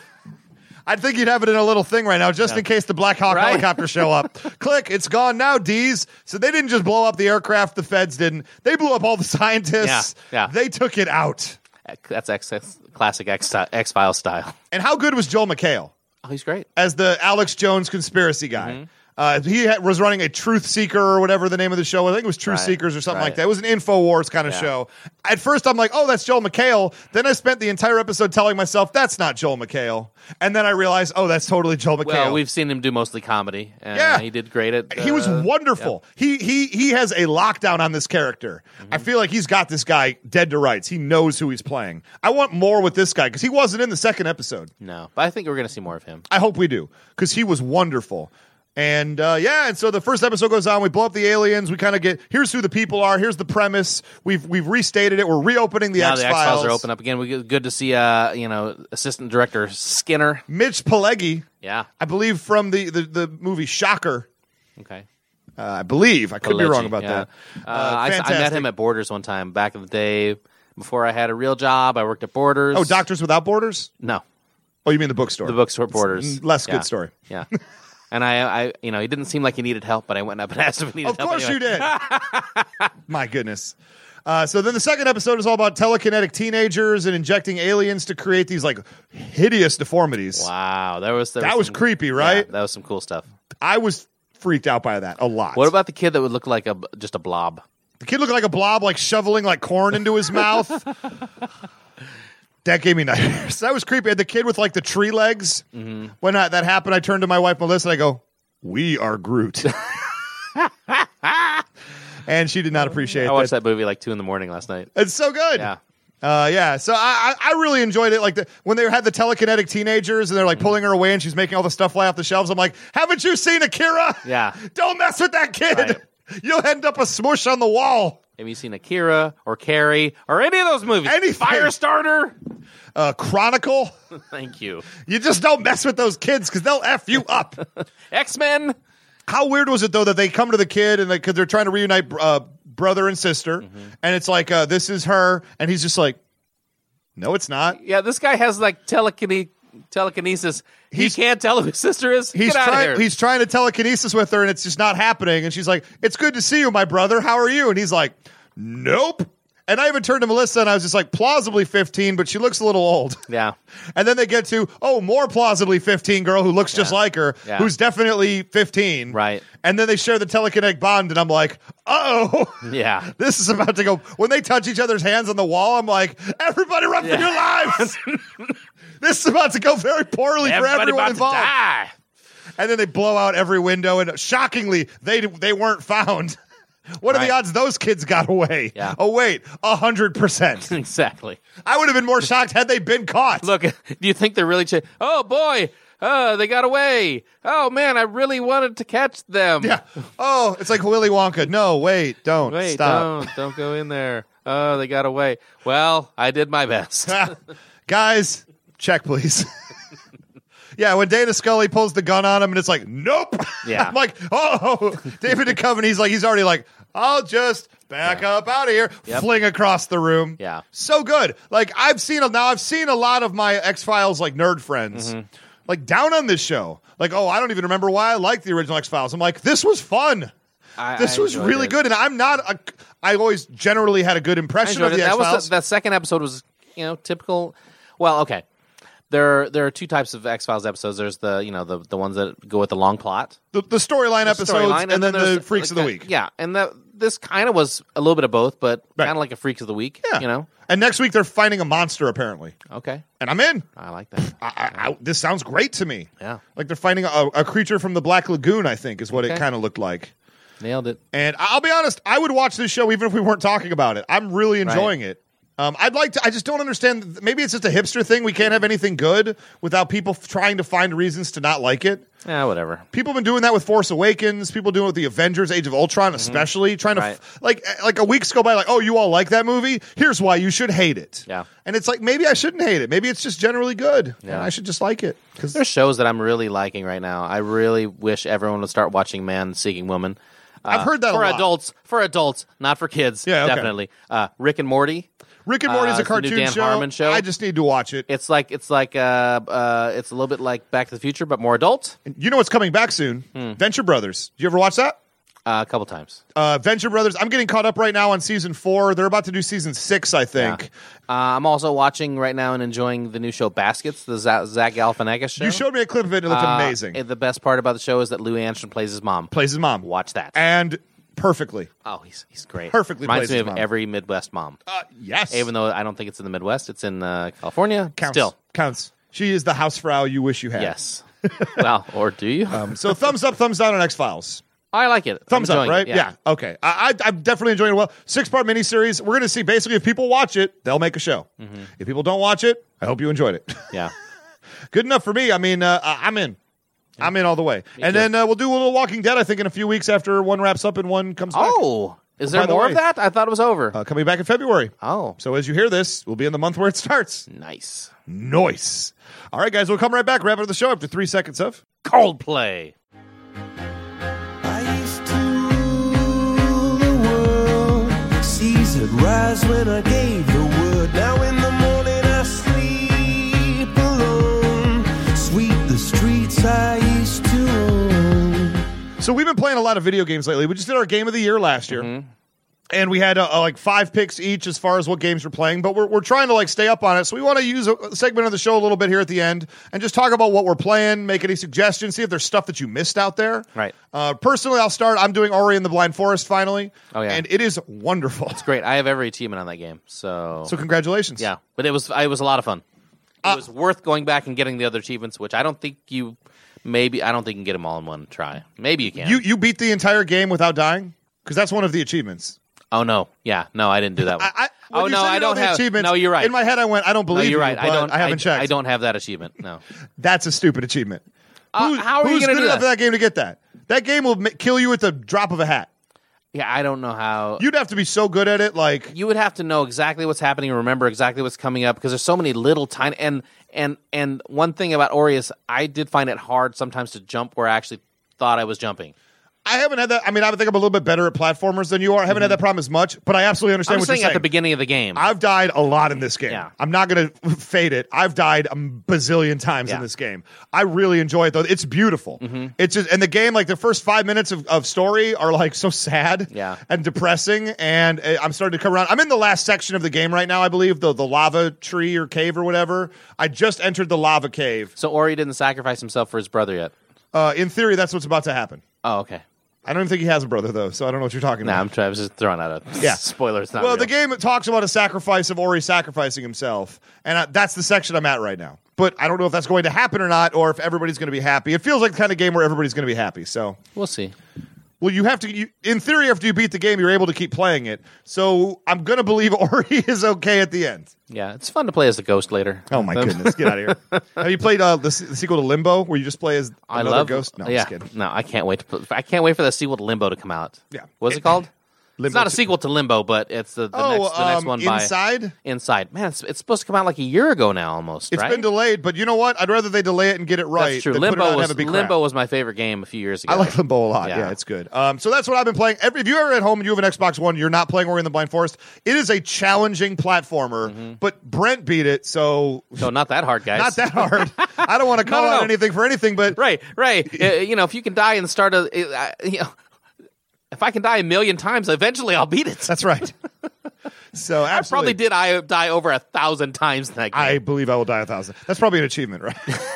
[SPEAKER 2] I'd think you'd have it in a little thing right now, just in case the Black Hawk
[SPEAKER 1] Right.
[SPEAKER 2] helicopter show up. Click, it's gone now, D's. So they didn't just blow up the aircraft. The feds didn't. They blew up all the scientists.
[SPEAKER 1] Yeah, yeah.
[SPEAKER 2] They took it out.
[SPEAKER 1] That's X, that's classic X X file style.
[SPEAKER 2] And how good was Joel McHale
[SPEAKER 1] Oh, he's great.
[SPEAKER 2] as the Alex Jones conspiracy guy?
[SPEAKER 1] Mm-hmm.
[SPEAKER 2] Uh, he had, was running a Truth Seeker or whatever the name of the show. was. I think it was Truth
[SPEAKER 1] Right,
[SPEAKER 2] Seekers or something
[SPEAKER 1] right.
[SPEAKER 2] like that. It was an InfoWars kind of
[SPEAKER 1] Yeah.
[SPEAKER 2] show. At first, I'm like, oh, that's Joel McHale. Then I spent the entire episode telling myself, that's not Joel McHale. And then I realized, oh, that's totally Joel McHale.
[SPEAKER 1] Well, we've seen him do mostly comedy, and
[SPEAKER 2] Yeah.
[SPEAKER 1] he did great at.
[SPEAKER 2] he was
[SPEAKER 1] uh,
[SPEAKER 2] wonderful. He he he has a lockdown on this character. I
[SPEAKER 1] Mm-hmm.
[SPEAKER 2] feel like he's got this guy dead to rights. He knows who he's playing. I want more with this guy because he wasn't in the second episode.
[SPEAKER 1] No, but I think we're gonna see more of him.
[SPEAKER 2] I hope we do because he was wonderful. And uh, yeah, and so the first episode goes on. We blow up the aliens. We kind of get here's who the people are. Here's the premise. We've we've restated it. We're reopening the
[SPEAKER 1] Now
[SPEAKER 2] X
[SPEAKER 1] the X Files
[SPEAKER 2] Files.
[SPEAKER 1] are open up again. We good to see, uh, you know, assistant director Skinner.
[SPEAKER 2] Mitch Pileggi,
[SPEAKER 1] Yeah.
[SPEAKER 2] I believe from the the, the movie Shocker.
[SPEAKER 1] Okay.
[SPEAKER 2] Uh, I believe I could be
[SPEAKER 1] Pileggi,
[SPEAKER 2] wrong about
[SPEAKER 1] yeah.
[SPEAKER 2] that.
[SPEAKER 1] Uh, I, s- I met
[SPEAKER 2] fantastic.
[SPEAKER 1] him at Borders one time back in the day. Before I had a real job, I worked at Borders.
[SPEAKER 2] Oh, Doctors Without Borders.
[SPEAKER 1] No,
[SPEAKER 2] Oh, you mean the bookstore?
[SPEAKER 1] the bookstore Borders.
[SPEAKER 2] Mm, less good
[SPEAKER 1] Yeah.
[SPEAKER 2] story.
[SPEAKER 1] Yeah. And I, I, you know, he didn't seem like he needed help, but I went up and asked if he needed
[SPEAKER 2] Of
[SPEAKER 1] help.
[SPEAKER 2] course
[SPEAKER 1] anyway.
[SPEAKER 2] you did. My goodness. Uh, so then the second episode is all about telekinetic teenagers and injecting aliens to create these like hideous deformities.
[SPEAKER 1] Wow, that was
[SPEAKER 2] That was
[SPEAKER 1] some-
[SPEAKER 2] creepy, right?
[SPEAKER 1] yeah, that was some cool stuff.
[SPEAKER 2] I was freaked out by that a lot.
[SPEAKER 1] What about the kid that would look like a b- just a blob?
[SPEAKER 2] the kid looked like a blob, like shoveling like corn into his mouth? That gave me nightmares. That was creepy. And the kid with like the tree legs.
[SPEAKER 1] Mm-hmm.
[SPEAKER 2] When I, that happened, I turned to my wife Melissa and I go, "We are Groot." and she did not appreciate
[SPEAKER 1] I watched that movie like two in the morning last night.
[SPEAKER 2] It's so good.
[SPEAKER 1] Yeah.
[SPEAKER 2] Uh, yeah. So I, I I really enjoyed it. Like the, when they had the telekinetic teenagers and they're like pulling her away and she's making all the stuff fly off the shelves. I'm like, haven't you seen Akira?
[SPEAKER 1] Yeah.
[SPEAKER 2] Don't mess with that kid.
[SPEAKER 1] Right.
[SPEAKER 2] You'll end up a smush on the wall.
[SPEAKER 1] Have you seen Akira or Carrie or any of those movies?
[SPEAKER 2] Anything.
[SPEAKER 1] Firestarter.
[SPEAKER 2] Uh, Chronicle.
[SPEAKER 1] Thank you.
[SPEAKER 2] You just don't mess with those kids because they'll f you up.
[SPEAKER 1] X Men.
[SPEAKER 2] How weird was it though that they come to the kid and because they're trying to reunite uh, brother and sister,
[SPEAKER 1] Mm-hmm.
[SPEAKER 2] and it's like uh, this is her, and he's just like, no, it's not.
[SPEAKER 1] Yeah, this guy has like telekine- telekinesis.
[SPEAKER 2] He's-
[SPEAKER 1] he can't tell who his sister is.
[SPEAKER 2] He's
[SPEAKER 1] Get out
[SPEAKER 2] trying.
[SPEAKER 1] of here.
[SPEAKER 2] He's trying to telekinesis with her, and it's just not happening. And she's like, "It's good to see you, my brother. How are you?" And he's like, "Nope." And I even turned to Melissa, and I was just like, "Plausibly 15, but she looks a little old."
[SPEAKER 1] yeah.
[SPEAKER 2] And then they get to, "Oh, more plausibly 15 girl who looks just
[SPEAKER 1] Yeah.
[SPEAKER 2] like her,
[SPEAKER 1] Yeah.
[SPEAKER 2] who's definitely 15."
[SPEAKER 1] Right.
[SPEAKER 2] And then they share the telekinetic bond, and I'm like, "Uh oh."
[SPEAKER 1] Yeah.
[SPEAKER 2] This is about to go. When they touch each other's hands on the wall, I'm like, everybody run for your lives. this is about to go very poorly for
[SPEAKER 1] Everybody
[SPEAKER 2] everyone
[SPEAKER 1] about
[SPEAKER 2] involved
[SPEAKER 1] to die.
[SPEAKER 2] and then they blow out every window and shockingly they they weren't found what are the
[SPEAKER 1] Right.
[SPEAKER 2] odds those kids got away
[SPEAKER 1] Yeah.
[SPEAKER 2] oh wait 100%
[SPEAKER 1] Exactly.
[SPEAKER 2] i would have been more shocked had they been caught
[SPEAKER 1] Look, do you think they're really? Ch- oh boy, uh, they got away. Oh man, I really wanted to catch them.
[SPEAKER 2] yeah oh it's like willy wonka no wait don't
[SPEAKER 1] Wait,
[SPEAKER 2] stop
[SPEAKER 1] don't don't go in there. Oh, they got away. Well, I did my best.
[SPEAKER 2] guys check please Yeah, when Dana Scully pulls the gun on him and it's like, nope.
[SPEAKER 1] Yeah.
[SPEAKER 2] I'm like, oh, David Duchovny, he's like, he's already like, I'll just back up out of here,
[SPEAKER 1] Yep.
[SPEAKER 2] fling across the room.
[SPEAKER 1] Yeah.
[SPEAKER 2] So good. Like, I've seen, now I've seen a lot of my X Files, like, nerd friends,
[SPEAKER 1] Mm-hmm.
[SPEAKER 2] like, down on this show. Like, oh, I don't even remember why I liked the original X Files. I'm like, this was fun.
[SPEAKER 1] I-
[SPEAKER 2] this
[SPEAKER 1] I
[SPEAKER 2] was
[SPEAKER 1] enjoyed
[SPEAKER 2] really
[SPEAKER 1] it.
[SPEAKER 2] good, and I'm not. A, I always generally had a good
[SPEAKER 1] I
[SPEAKER 2] impression
[SPEAKER 1] enjoyed
[SPEAKER 2] of
[SPEAKER 1] it.
[SPEAKER 2] the X
[SPEAKER 1] That was
[SPEAKER 2] Files.
[SPEAKER 1] the, that second episode was you know typical. Well, okay. There there are two types of X Files episodes. There's the you know the the ones that go with the long plot.
[SPEAKER 2] The, the storyline episodes,
[SPEAKER 1] storyline,
[SPEAKER 2] and then the
[SPEAKER 1] there's-
[SPEAKER 2] Freaks of the
[SPEAKER 1] uh,
[SPEAKER 2] Week.
[SPEAKER 1] Yeah, and that this kind of was a little bit of both, but
[SPEAKER 2] Right.
[SPEAKER 1] kind of like a Freaks of the Week.
[SPEAKER 2] Yeah.
[SPEAKER 1] you know.
[SPEAKER 2] And next week they're finding a monster apparently,
[SPEAKER 1] Okay,
[SPEAKER 2] and I'm in.
[SPEAKER 1] I like that.
[SPEAKER 2] I, I, I, this sounds great to me.
[SPEAKER 1] Yeah.
[SPEAKER 2] like they're finding a, a creature from the Black Lagoon. I think is what it
[SPEAKER 1] Okay.
[SPEAKER 2] kind of looked like.
[SPEAKER 1] Nailed it.
[SPEAKER 2] And I'll be honest, I would watch this show even if we weren't talking about it. I'm really enjoying it. Um, I'd like to. I just don't understand. Maybe it's just a hipster thing. We can't have anything good without people f- trying to find reasons to not like it.
[SPEAKER 1] Yeah, whatever.
[SPEAKER 2] People have been doing that with Force Awakens. People doing it with the Avengers: Age of Ultron, especially trying to
[SPEAKER 1] Mm-hmm. Right.
[SPEAKER 2] f- like like a weeks go by. Like, oh, you all like that movie? Here's why you should hate it.
[SPEAKER 1] Yeah.
[SPEAKER 2] and it's like maybe I shouldn't hate it. Maybe it's just generally good. and
[SPEAKER 1] Yeah.
[SPEAKER 2] I should just like it because
[SPEAKER 1] There's shows that I'm really liking right now. I really wish everyone would start watching Man Seeking Woman. Uh,
[SPEAKER 2] I've heard that a
[SPEAKER 1] for
[SPEAKER 2] lot.
[SPEAKER 1] adults, for adults, not for kids.
[SPEAKER 2] Yeah, okay.
[SPEAKER 1] definitely. Uh, Rick and Morty.
[SPEAKER 2] Rick and Morty is
[SPEAKER 1] Uh,
[SPEAKER 2] a
[SPEAKER 1] it's the new
[SPEAKER 2] cartoon
[SPEAKER 1] Dan Harmon show.
[SPEAKER 2] I just need to watch it.
[SPEAKER 1] It's like it's like uh, uh, it's a little bit like Back to the Future, but more adult.
[SPEAKER 2] You know what's coming back soon?
[SPEAKER 1] Hmm.
[SPEAKER 2] Venture Brothers. You ever watch that?
[SPEAKER 1] Uh, a couple times.
[SPEAKER 2] Uh, Venture Brothers. I'm getting caught up right now on season four. They're about to do season six, I think.
[SPEAKER 1] Uh, I'm also watching right now and enjoying the new show Baskets, the Za- Zach Galifianakis show.
[SPEAKER 2] You showed me a clip of it. It looked
[SPEAKER 1] Uh,
[SPEAKER 2] amazing.
[SPEAKER 1] and the best part about the show is that Lou Anderson plays his mom.
[SPEAKER 2] plays his mom.
[SPEAKER 1] Watch that.
[SPEAKER 2] And perfectly.
[SPEAKER 1] oh, he's he's great.
[SPEAKER 2] Perfectly
[SPEAKER 1] reminds
[SPEAKER 2] plays
[SPEAKER 1] me
[SPEAKER 2] his
[SPEAKER 1] of
[SPEAKER 2] mom.
[SPEAKER 1] every Midwest mom.
[SPEAKER 2] Uh, yes.
[SPEAKER 1] Even though I don't think it's in the Midwest, it's in uh, California.
[SPEAKER 2] counts.
[SPEAKER 1] Still,
[SPEAKER 2] Counts. She is the housefrau you wish you had.
[SPEAKER 1] yes. well, or do you?
[SPEAKER 2] So thumbs up, thumbs down on X Files.
[SPEAKER 1] I like it. I'm
[SPEAKER 2] Um, Thumbs up,
[SPEAKER 1] enjoying it,
[SPEAKER 2] right? Okay. I, I, I'm definitely enjoying it. Well, six part miniseries. We're going to see basically if people watch it, they'll make a show.
[SPEAKER 1] Mm-hmm.
[SPEAKER 2] If people don't watch it, I hope you enjoyed it.
[SPEAKER 1] yeah.
[SPEAKER 2] good enough for me. I mean, uh, I- I'm in. I'm in all the way. and
[SPEAKER 1] too.
[SPEAKER 2] then uh, we'll do a little Walking Dead, I think, in a few weeks after one wraps up and one comes back.
[SPEAKER 1] Oh, is there
[SPEAKER 2] by the
[SPEAKER 1] more
[SPEAKER 2] way-
[SPEAKER 1] of that? I thought it was over.
[SPEAKER 2] Uh, coming back in February.
[SPEAKER 1] oh,
[SPEAKER 2] So as you hear this, we'll be in the month where it starts.
[SPEAKER 1] nice.
[SPEAKER 2] Nice. All right, guys, we'll come right back. Wrap up the show after three seconds of.
[SPEAKER 1] Coldplay.
[SPEAKER 4] I used to rule the world. Seas rise when I gave the word. Now in the morning I sleep alone. Sweep the streets I used to own.
[SPEAKER 2] So we've been playing a lot of video games lately. We just did our game of the year last year.
[SPEAKER 1] Mm-hmm.
[SPEAKER 2] And we had uh, uh, like five picks each as far as what games we're playing, but we're, we're trying to like stay up on it. So we want to use a a segment of the show a little bit here at the end and just talk about what we're playing, make any suggestions, see if there's stuff that you missed out there.
[SPEAKER 1] Right.
[SPEAKER 2] Uh, personally, I'll start. I'm doing Ori in the Blind Forest finally.
[SPEAKER 1] Oh, yeah.
[SPEAKER 2] And it is wonderful.
[SPEAKER 1] Great. I have every achievement on that game. So,
[SPEAKER 2] So Uh, congratulations.
[SPEAKER 1] yeah, but it was it was a lot of fun. It was worth going back and getting the other achievements, which I don't think you maybe I don't think you can get them all in one try. Maybe you can.
[SPEAKER 2] You you beat the entire game without dying because that's one of the achievements.
[SPEAKER 1] oh no, yeah, no, I didn't do that one.
[SPEAKER 2] I, I, when
[SPEAKER 1] oh
[SPEAKER 2] you
[SPEAKER 1] no,
[SPEAKER 2] said
[SPEAKER 1] I
[SPEAKER 2] you
[SPEAKER 1] don't
[SPEAKER 2] the
[SPEAKER 1] have.
[SPEAKER 2] achievements.
[SPEAKER 1] No, you're right.
[SPEAKER 2] In my head, I went, I don't
[SPEAKER 1] no,
[SPEAKER 2] believe
[SPEAKER 1] you're right. I
[SPEAKER 2] but
[SPEAKER 1] don't.
[SPEAKER 2] I haven't checked.
[SPEAKER 1] I don't have that achievement. No.
[SPEAKER 2] That's a stupid achievement.
[SPEAKER 1] Uh, how are you
[SPEAKER 2] who's
[SPEAKER 1] gonna
[SPEAKER 2] good
[SPEAKER 1] do
[SPEAKER 2] enough
[SPEAKER 1] that?
[SPEAKER 2] in that game to get that? That game will ma- kill you at the drop of a hat.
[SPEAKER 1] Yeah, I don't know how.
[SPEAKER 2] You'd have to be so good at it, like
[SPEAKER 1] you would have to know exactly what's happening and remember exactly what's coming up because there's so many little tiny and and and one thing about Ori is I did find it hard sometimes to jump where I actually thought I was jumping.
[SPEAKER 2] I haven't had that. I mean, I would think I'm a little bit better at platformers than you are. I haven't had that problem as much, but I absolutely understand
[SPEAKER 1] Mm-hmm. I'm
[SPEAKER 2] what
[SPEAKER 1] just saying
[SPEAKER 2] you're
[SPEAKER 1] at
[SPEAKER 2] saying.
[SPEAKER 1] the beginning of the game.
[SPEAKER 2] I've died a lot in this game.
[SPEAKER 1] Yeah.
[SPEAKER 2] I'm not going to fade it. I've died a bazillion times
[SPEAKER 1] Yeah.
[SPEAKER 2] in
[SPEAKER 1] Mm-hmm.
[SPEAKER 2] this game. I really enjoy it though. It's beautiful. It's just, and the game, like the first five minutes of, of story are like so sad
[SPEAKER 1] Yeah.
[SPEAKER 2] and depressing. And uh, I'm starting to come around. I'm in the last section of the game right now. I believe the, the lava tree or cave or whatever. I just entered the lava cave.
[SPEAKER 1] so Ori didn't sacrifice himself for his brother yet.
[SPEAKER 2] Uh, in theory, that's what's about to happen.
[SPEAKER 1] Oh, okay.
[SPEAKER 2] I don't even think he has a brother though. So I don't know what you're talking
[SPEAKER 1] No,
[SPEAKER 2] about.
[SPEAKER 1] I'm, try- I was just throwing out a
[SPEAKER 2] Yeah.
[SPEAKER 1] spoiler. It's not
[SPEAKER 2] well, the
[SPEAKER 1] real.
[SPEAKER 2] game talks about a sacrifice of Ori sacrificing himself, and I, that's the section I'm at right now. But I don't know if that's going to happen or not, or if everybody's going to be happy. It feels like the kind of game where everybody's going to be happy. So,
[SPEAKER 1] We'll see.
[SPEAKER 2] well, you have to. You, in theory, after you beat the game, you're able to keep playing it. So I'm going to believe Ori is okay at the end.
[SPEAKER 1] Yeah, it's fun to play as the ghost later.
[SPEAKER 2] Oh my goodness, get out of here! Have you played uh, the, s- the sequel to Limbo, where you just play as
[SPEAKER 1] I
[SPEAKER 2] another
[SPEAKER 1] love
[SPEAKER 2] ghost? No, I'm
[SPEAKER 1] yeah,
[SPEAKER 2] just kidding.
[SPEAKER 1] no, I can't wait. To pl- I can't wait for the sequel to Limbo to come out.
[SPEAKER 2] Yeah.
[SPEAKER 1] what's it,
[SPEAKER 2] It-
[SPEAKER 1] called? it's
[SPEAKER 2] Limbo
[SPEAKER 1] not a
[SPEAKER 2] two.
[SPEAKER 1] sequel to Limbo, but it's the, the,
[SPEAKER 2] Oh,
[SPEAKER 1] next, the next
[SPEAKER 2] um,
[SPEAKER 1] one by
[SPEAKER 2] Inside?
[SPEAKER 1] Inside. Man, it's, it's supposed to come out like a year ago now, almost.
[SPEAKER 2] It's
[SPEAKER 1] right?
[SPEAKER 2] been delayed, but you know what? I'd rather they delay it and get it right.
[SPEAKER 1] That's true.
[SPEAKER 2] than put it out
[SPEAKER 1] Limbo
[SPEAKER 2] and
[SPEAKER 1] was
[SPEAKER 2] have it be crap.
[SPEAKER 1] Limbo was my favorite game a few years ago.
[SPEAKER 2] I like Limbo a lot. Yeah.
[SPEAKER 1] Yeah.
[SPEAKER 2] it's good. Um, so that's what I've been playing. Every, if you ever at home and you have an Xbox One, you're not playing Ori in the Blind Forest. It is a challenging platformer,
[SPEAKER 1] Mm-hmm.
[SPEAKER 2] but Brent beat it, so
[SPEAKER 1] So not that hard, guys.
[SPEAKER 2] not that hard. I don't want to call
[SPEAKER 1] no,
[SPEAKER 2] out
[SPEAKER 1] no.
[SPEAKER 2] anything for anything, but
[SPEAKER 1] Right, right. Uh, you know, if you can die and start a, uh, you know, If I can die a million times, eventually I'll beat it.
[SPEAKER 2] That's right. so
[SPEAKER 1] I probably
[SPEAKER 2] absolutely.
[SPEAKER 1] did. I die over a thousand times in that game.
[SPEAKER 2] I believe I will die a thousand. That's probably an achievement, right?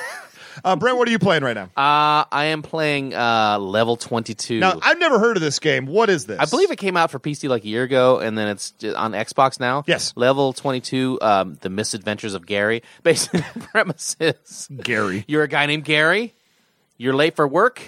[SPEAKER 2] uh, Brent, what are you playing right now?
[SPEAKER 1] Uh, I am playing uh, level 22.
[SPEAKER 2] now, I've never heard of this game. What is this?
[SPEAKER 1] I believe it came out for PC like a year ago, and then it's j- on Xbox now.
[SPEAKER 2] Yes.
[SPEAKER 1] Level 22, um, The Misadventures of Gary. Basically, the premise is
[SPEAKER 2] Gary.
[SPEAKER 1] you're a guy named Gary, you're late for work.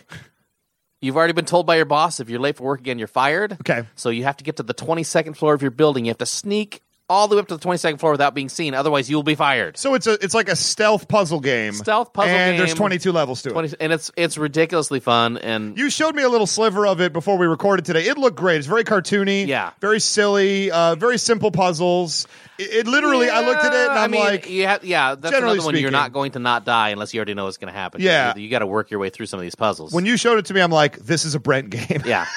[SPEAKER 1] You've already been told by your boss if you're late for work again, you're fired.
[SPEAKER 2] Okay.
[SPEAKER 1] So you have to get to the 22nd floor of your building. You have to sneak all the way up to the 22nd floor without being seen. Otherwise, you'll be fired.
[SPEAKER 2] So it's a it's like a stealth puzzle game.
[SPEAKER 1] Stealth puzzle
[SPEAKER 2] and there's
[SPEAKER 1] game.
[SPEAKER 2] 22 levels to it.
[SPEAKER 1] 20, and it's it's ridiculously fun. And
[SPEAKER 2] You showed me a little sliver of it before we recorded today. It looked great. It's very cartoony.
[SPEAKER 1] Yeah.
[SPEAKER 2] Very silly. Uh, very simple puzzles. It, it literally, I looked at it and
[SPEAKER 1] Yeah, I
[SPEAKER 2] I'm
[SPEAKER 1] mean,
[SPEAKER 2] like,
[SPEAKER 1] you have, yeah, that's another
[SPEAKER 2] generally
[SPEAKER 1] one you're
[SPEAKER 2] speaking-
[SPEAKER 1] not going to not die unless you already know what's going to happen.
[SPEAKER 2] Yeah.
[SPEAKER 1] you, got to work your way through some of these puzzles.
[SPEAKER 2] when you showed it to me, I'm like, this is a Brent game.
[SPEAKER 1] yeah,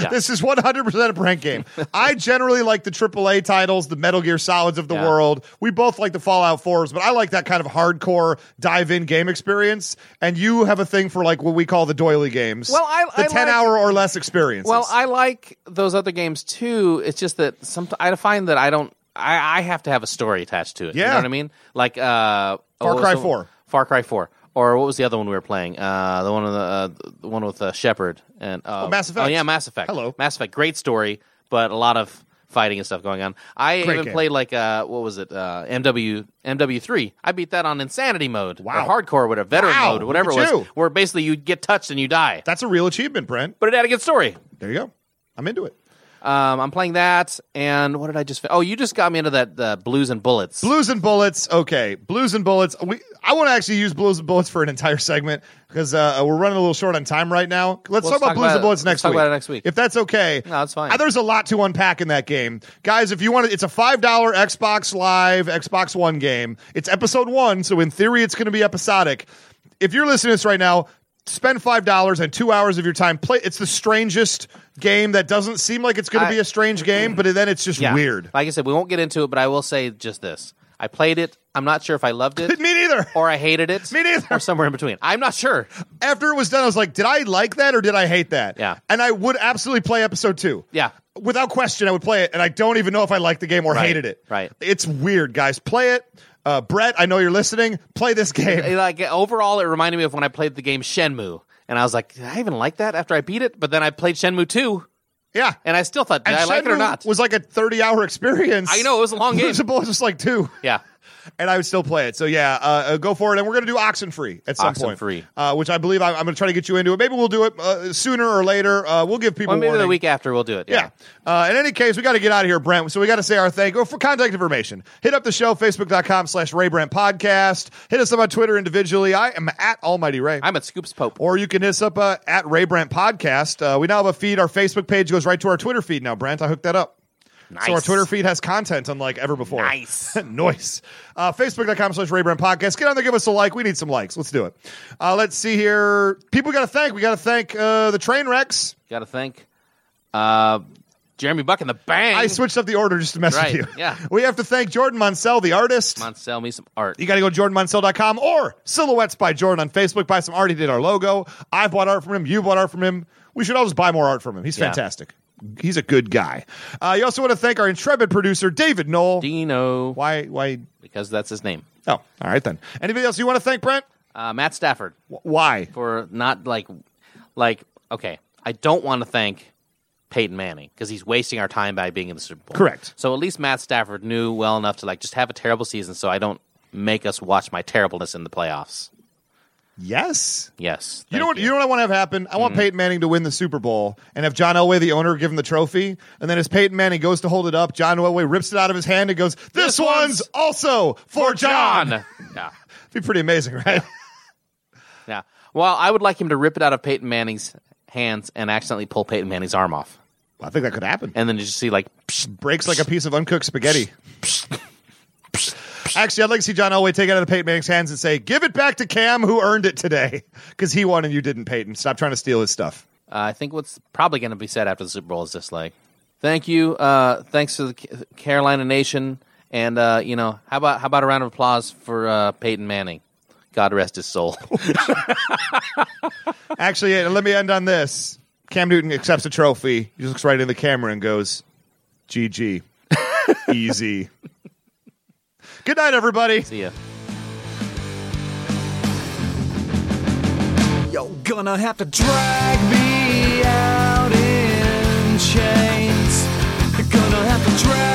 [SPEAKER 1] yeah.
[SPEAKER 2] This is 100% a Brent game. I generally like the AAA titles, the Metal Gear Solids of the
[SPEAKER 1] Yeah.
[SPEAKER 2] world. We both like the Fallout 4s, but I like that kind of hardcore dive in game experience. And you have a thing for like what we call the doily games.
[SPEAKER 1] Well, I-
[SPEAKER 2] the
[SPEAKER 1] I
[SPEAKER 2] 10
[SPEAKER 1] like-
[SPEAKER 2] hour or less experiences.
[SPEAKER 1] well, I like those other games too. It's just that some I find that I don't. I, I have to have a story attached to it. you
[SPEAKER 2] Yeah.
[SPEAKER 1] know what I mean. Like uh,
[SPEAKER 2] Far
[SPEAKER 1] what was
[SPEAKER 2] Cry
[SPEAKER 1] the-
[SPEAKER 2] 4.
[SPEAKER 1] Far Cry Four, or what was the other one we were playing? Uh, the one with the, uh, the one with uh, Shepard and uh,
[SPEAKER 2] Oh, Mass Effect.
[SPEAKER 1] Oh yeah, Mass Effect.
[SPEAKER 2] Hello.
[SPEAKER 1] Mass Effect. Great story, but a lot of fighting and stuff going on. I even
[SPEAKER 2] game.
[SPEAKER 1] played like uh, what was it? Uh, MW MW three. I beat that on insanity mode,
[SPEAKER 2] Wow.
[SPEAKER 1] or hardcore, whatever, veteran
[SPEAKER 2] Wow,
[SPEAKER 1] mode, whatever it
[SPEAKER 2] look
[SPEAKER 1] was,
[SPEAKER 2] at you.
[SPEAKER 1] where basically you get touched and you die.
[SPEAKER 2] That's a real achievement, Brent.
[SPEAKER 1] But it had a good story.
[SPEAKER 2] There you go. I'm into it.
[SPEAKER 1] Um, I'm playing that, and what did I just? Fi- oh, you just got me into that uh, Blues and Bullets.
[SPEAKER 2] Blues and bullets. Okay, blues and bullets. We, I want to actually use blues and bullets for an entire segment because uh, we're running a little short on time right now. Let's
[SPEAKER 1] Well,
[SPEAKER 2] talk
[SPEAKER 1] let's
[SPEAKER 2] about
[SPEAKER 1] talk
[SPEAKER 2] blues
[SPEAKER 1] about
[SPEAKER 2] and
[SPEAKER 1] it.
[SPEAKER 2] bullets
[SPEAKER 1] Let's
[SPEAKER 2] next
[SPEAKER 1] talk
[SPEAKER 2] week.
[SPEAKER 1] about it next week.
[SPEAKER 2] if that's okay.
[SPEAKER 1] No, that's fine.
[SPEAKER 2] Uh, there's a lot to unpack in that game, guys. If you want, it, it's a five dollar Xbox Live Xbox One game. It's episode one, so in theory, it's going to be episodic. If you're listening to this right now. Spend five dollars and two hours of your time. Play. It's the strangest game that doesn't seem like it's going
[SPEAKER 1] I-
[SPEAKER 2] to be a strange game, but then it's just
[SPEAKER 1] Yeah.
[SPEAKER 2] weird.
[SPEAKER 1] Like I said, we won't get into it, but I will say just this: I played it. I'm not sure if I loved it
[SPEAKER 2] Me neither.
[SPEAKER 1] or I hated it.
[SPEAKER 2] Me neither.
[SPEAKER 1] Or somewhere in between. I'm not sure.
[SPEAKER 2] after it was done, I was like, did I like that or did I hate that?
[SPEAKER 1] Yeah.
[SPEAKER 2] And I would absolutely play episode two.
[SPEAKER 1] Yeah.
[SPEAKER 2] Without question, I would play it. And I don't even know if I liked the game or hated it.
[SPEAKER 1] right.
[SPEAKER 2] It's weird, guys. Play it. Uh, Brett, I know you're listening. Play this game.
[SPEAKER 1] It, like overall, it reminded me of when I played the game Shenmue, and I was like, did I even like that after I beat it? But then I played Shenmue two,
[SPEAKER 2] Yeah.
[SPEAKER 1] and I still thought, did I like it or
[SPEAKER 2] Shenmue
[SPEAKER 1] not?
[SPEAKER 2] was like a 30 hour experience.
[SPEAKER 1] I know, it was a long game.
[SPEAKER 2] It was just like two.
[SPEAKER 1] yeah.
[SPEAKER 2] and I would still play it. So yeah, uh, uh, go for it. And we're gonna do oxen free at some point,
[SPEAKER 1] Oxenfree.
[SPEAKER 2] uh, which I believe I, I'm gonna try to get you into it. Maybe we'll do it uh, sooner or later. Uh, we'll give people
[SPEAKER 1] Well, maybe
[SPEAKER 2] warning.
[SPEAKER 1] the week after we'll do it.
[SPEAKER 2] Yeah. Uh, in any case, we got to get out of here, Brent. So we got to say our thank you for contact information. Hit up the show, facebook.com slash Ray Brent Podcast. Hit us up on Twitter individually. I am at Almighty Ray.
[SPEAKER 1] I'm at Scoops Pope.
[SPEAKER 2] or you can hit us up uh, at Ray Brent Podcast. Uh, we now have a feed. Our Facebook page goes right to our Twitter feed now, Brent. I hooked that up. So our
[SPEAKER 1] Nice.
[SPEAKER 2] Twitter feed has content unlike ever before.
[SPEAKER 1] Nice.
[SPEAKER 2] Noise. Uh, Facebook.com slash Ray Brent Podcast. Get on there, give us a like. We need some likes. Let's do it. Uh, let's see here. People we got to thank. We got to thank uh, the train wrecks.
[SPEAKER 1] Got to thank uh, Jeremy Buck and the Bang.
[SPEAKER 2] I switched up the order just to mess
[SPEAKER 1] Right,
[SPEAKER 2] with you.
[SPEAKER 1] yeah.
[SPEAKER 2] We have to thank Jordan Monsell, the artist.
[SPEAKER 1] Come on, sell me some art.
[SPEAKER 2] you got to go to jordanmonsell.com or Silhouettes by Jordan on Facebook. Buy some art. He did our logo. I bought art from him. You bought art from him. We should all just buy more art from him. He's
[SPEAKER 1] Yeah.
[SPEAKER 2] fantastic. He's a good guy. Uh, you also want to thank our intrepid producer, David Knoll.
[SPEAKER 1] Dino,
[SPEAKER 2] why? Why?
[SPEAKER 1] because that's his name.
[SPEAKER 2] Oh, all right then. Anybody else you want to thank, Brent?
[SPEAKER 1] Uh, Matt Stafford
[SPEAKER 2] Wh- Why?
[SPEAKER 1] for not like, like okay. I don't want to thank Peyton Manning because he's wasting our time by being in the Super Bowl.
[SPEAKER 2] Correct.
[SPEAKER 1] So at least Matt Stafford knew well enough to like just have a terrible season, so I don't make us watch my terribleness in the playoffs.
[SPEAKER 2] Yes.
[SPEAKER 1] Yes.
[SPEAKER 2] You know
[SPEAKER 1] thank
[SPEAKER 2] what? You. Mm-hmm. know what I want to have happen. I want Peyton Manning to win the Super Bowl and have John Elway, the owner, give him the trophy. And then as Peyton Manning goes to hold it up, John Elway rips it out of his hand and goes, "This, one's,
[SPEAKER 1] one's
[SPEAKER 2] also for John."
[SPEAKER 1] John. yeah.
[SPEAKER 2] Be pretty amazing, right?
[SPEAKER 1] Yeah. Well, I would like him to rip it out of Peyton Manning's hands and accidentally pull Peyton Manning's arm off,
[SPEAKER 2] Well, I think that could happen.
[SPEAKER 1] and then you just see like, psh,
[SPEAKER 2] Breaks like a piece of uncooked spaghetti. Actually, I'd like to see John Elway take it out of Peyton Manning's hands and say, "Give it back to Cam, who earned it today, because he won and you didn't, Peyton. Stop trying to steal his stuff."
[SPEAKER 1] Uh, I think what's probably going to be said after the Super Bowl is just like, "Thank you, uh, thanks to the C- Carolina Nation, and uh, you know, how about how about a round of applause for uh, Peyton Manning? God rest his soul."
[SPEAKER 2] Actually, and let me end on this. Cam Newton accepts a trophy. He looks right in the camera and goes, "GG, easy." Good night, everybody.
[SPEAKER 1] See ya.
[SPEAKER 4] You're gonna have to drag me out in chains. You're gonna have to drag.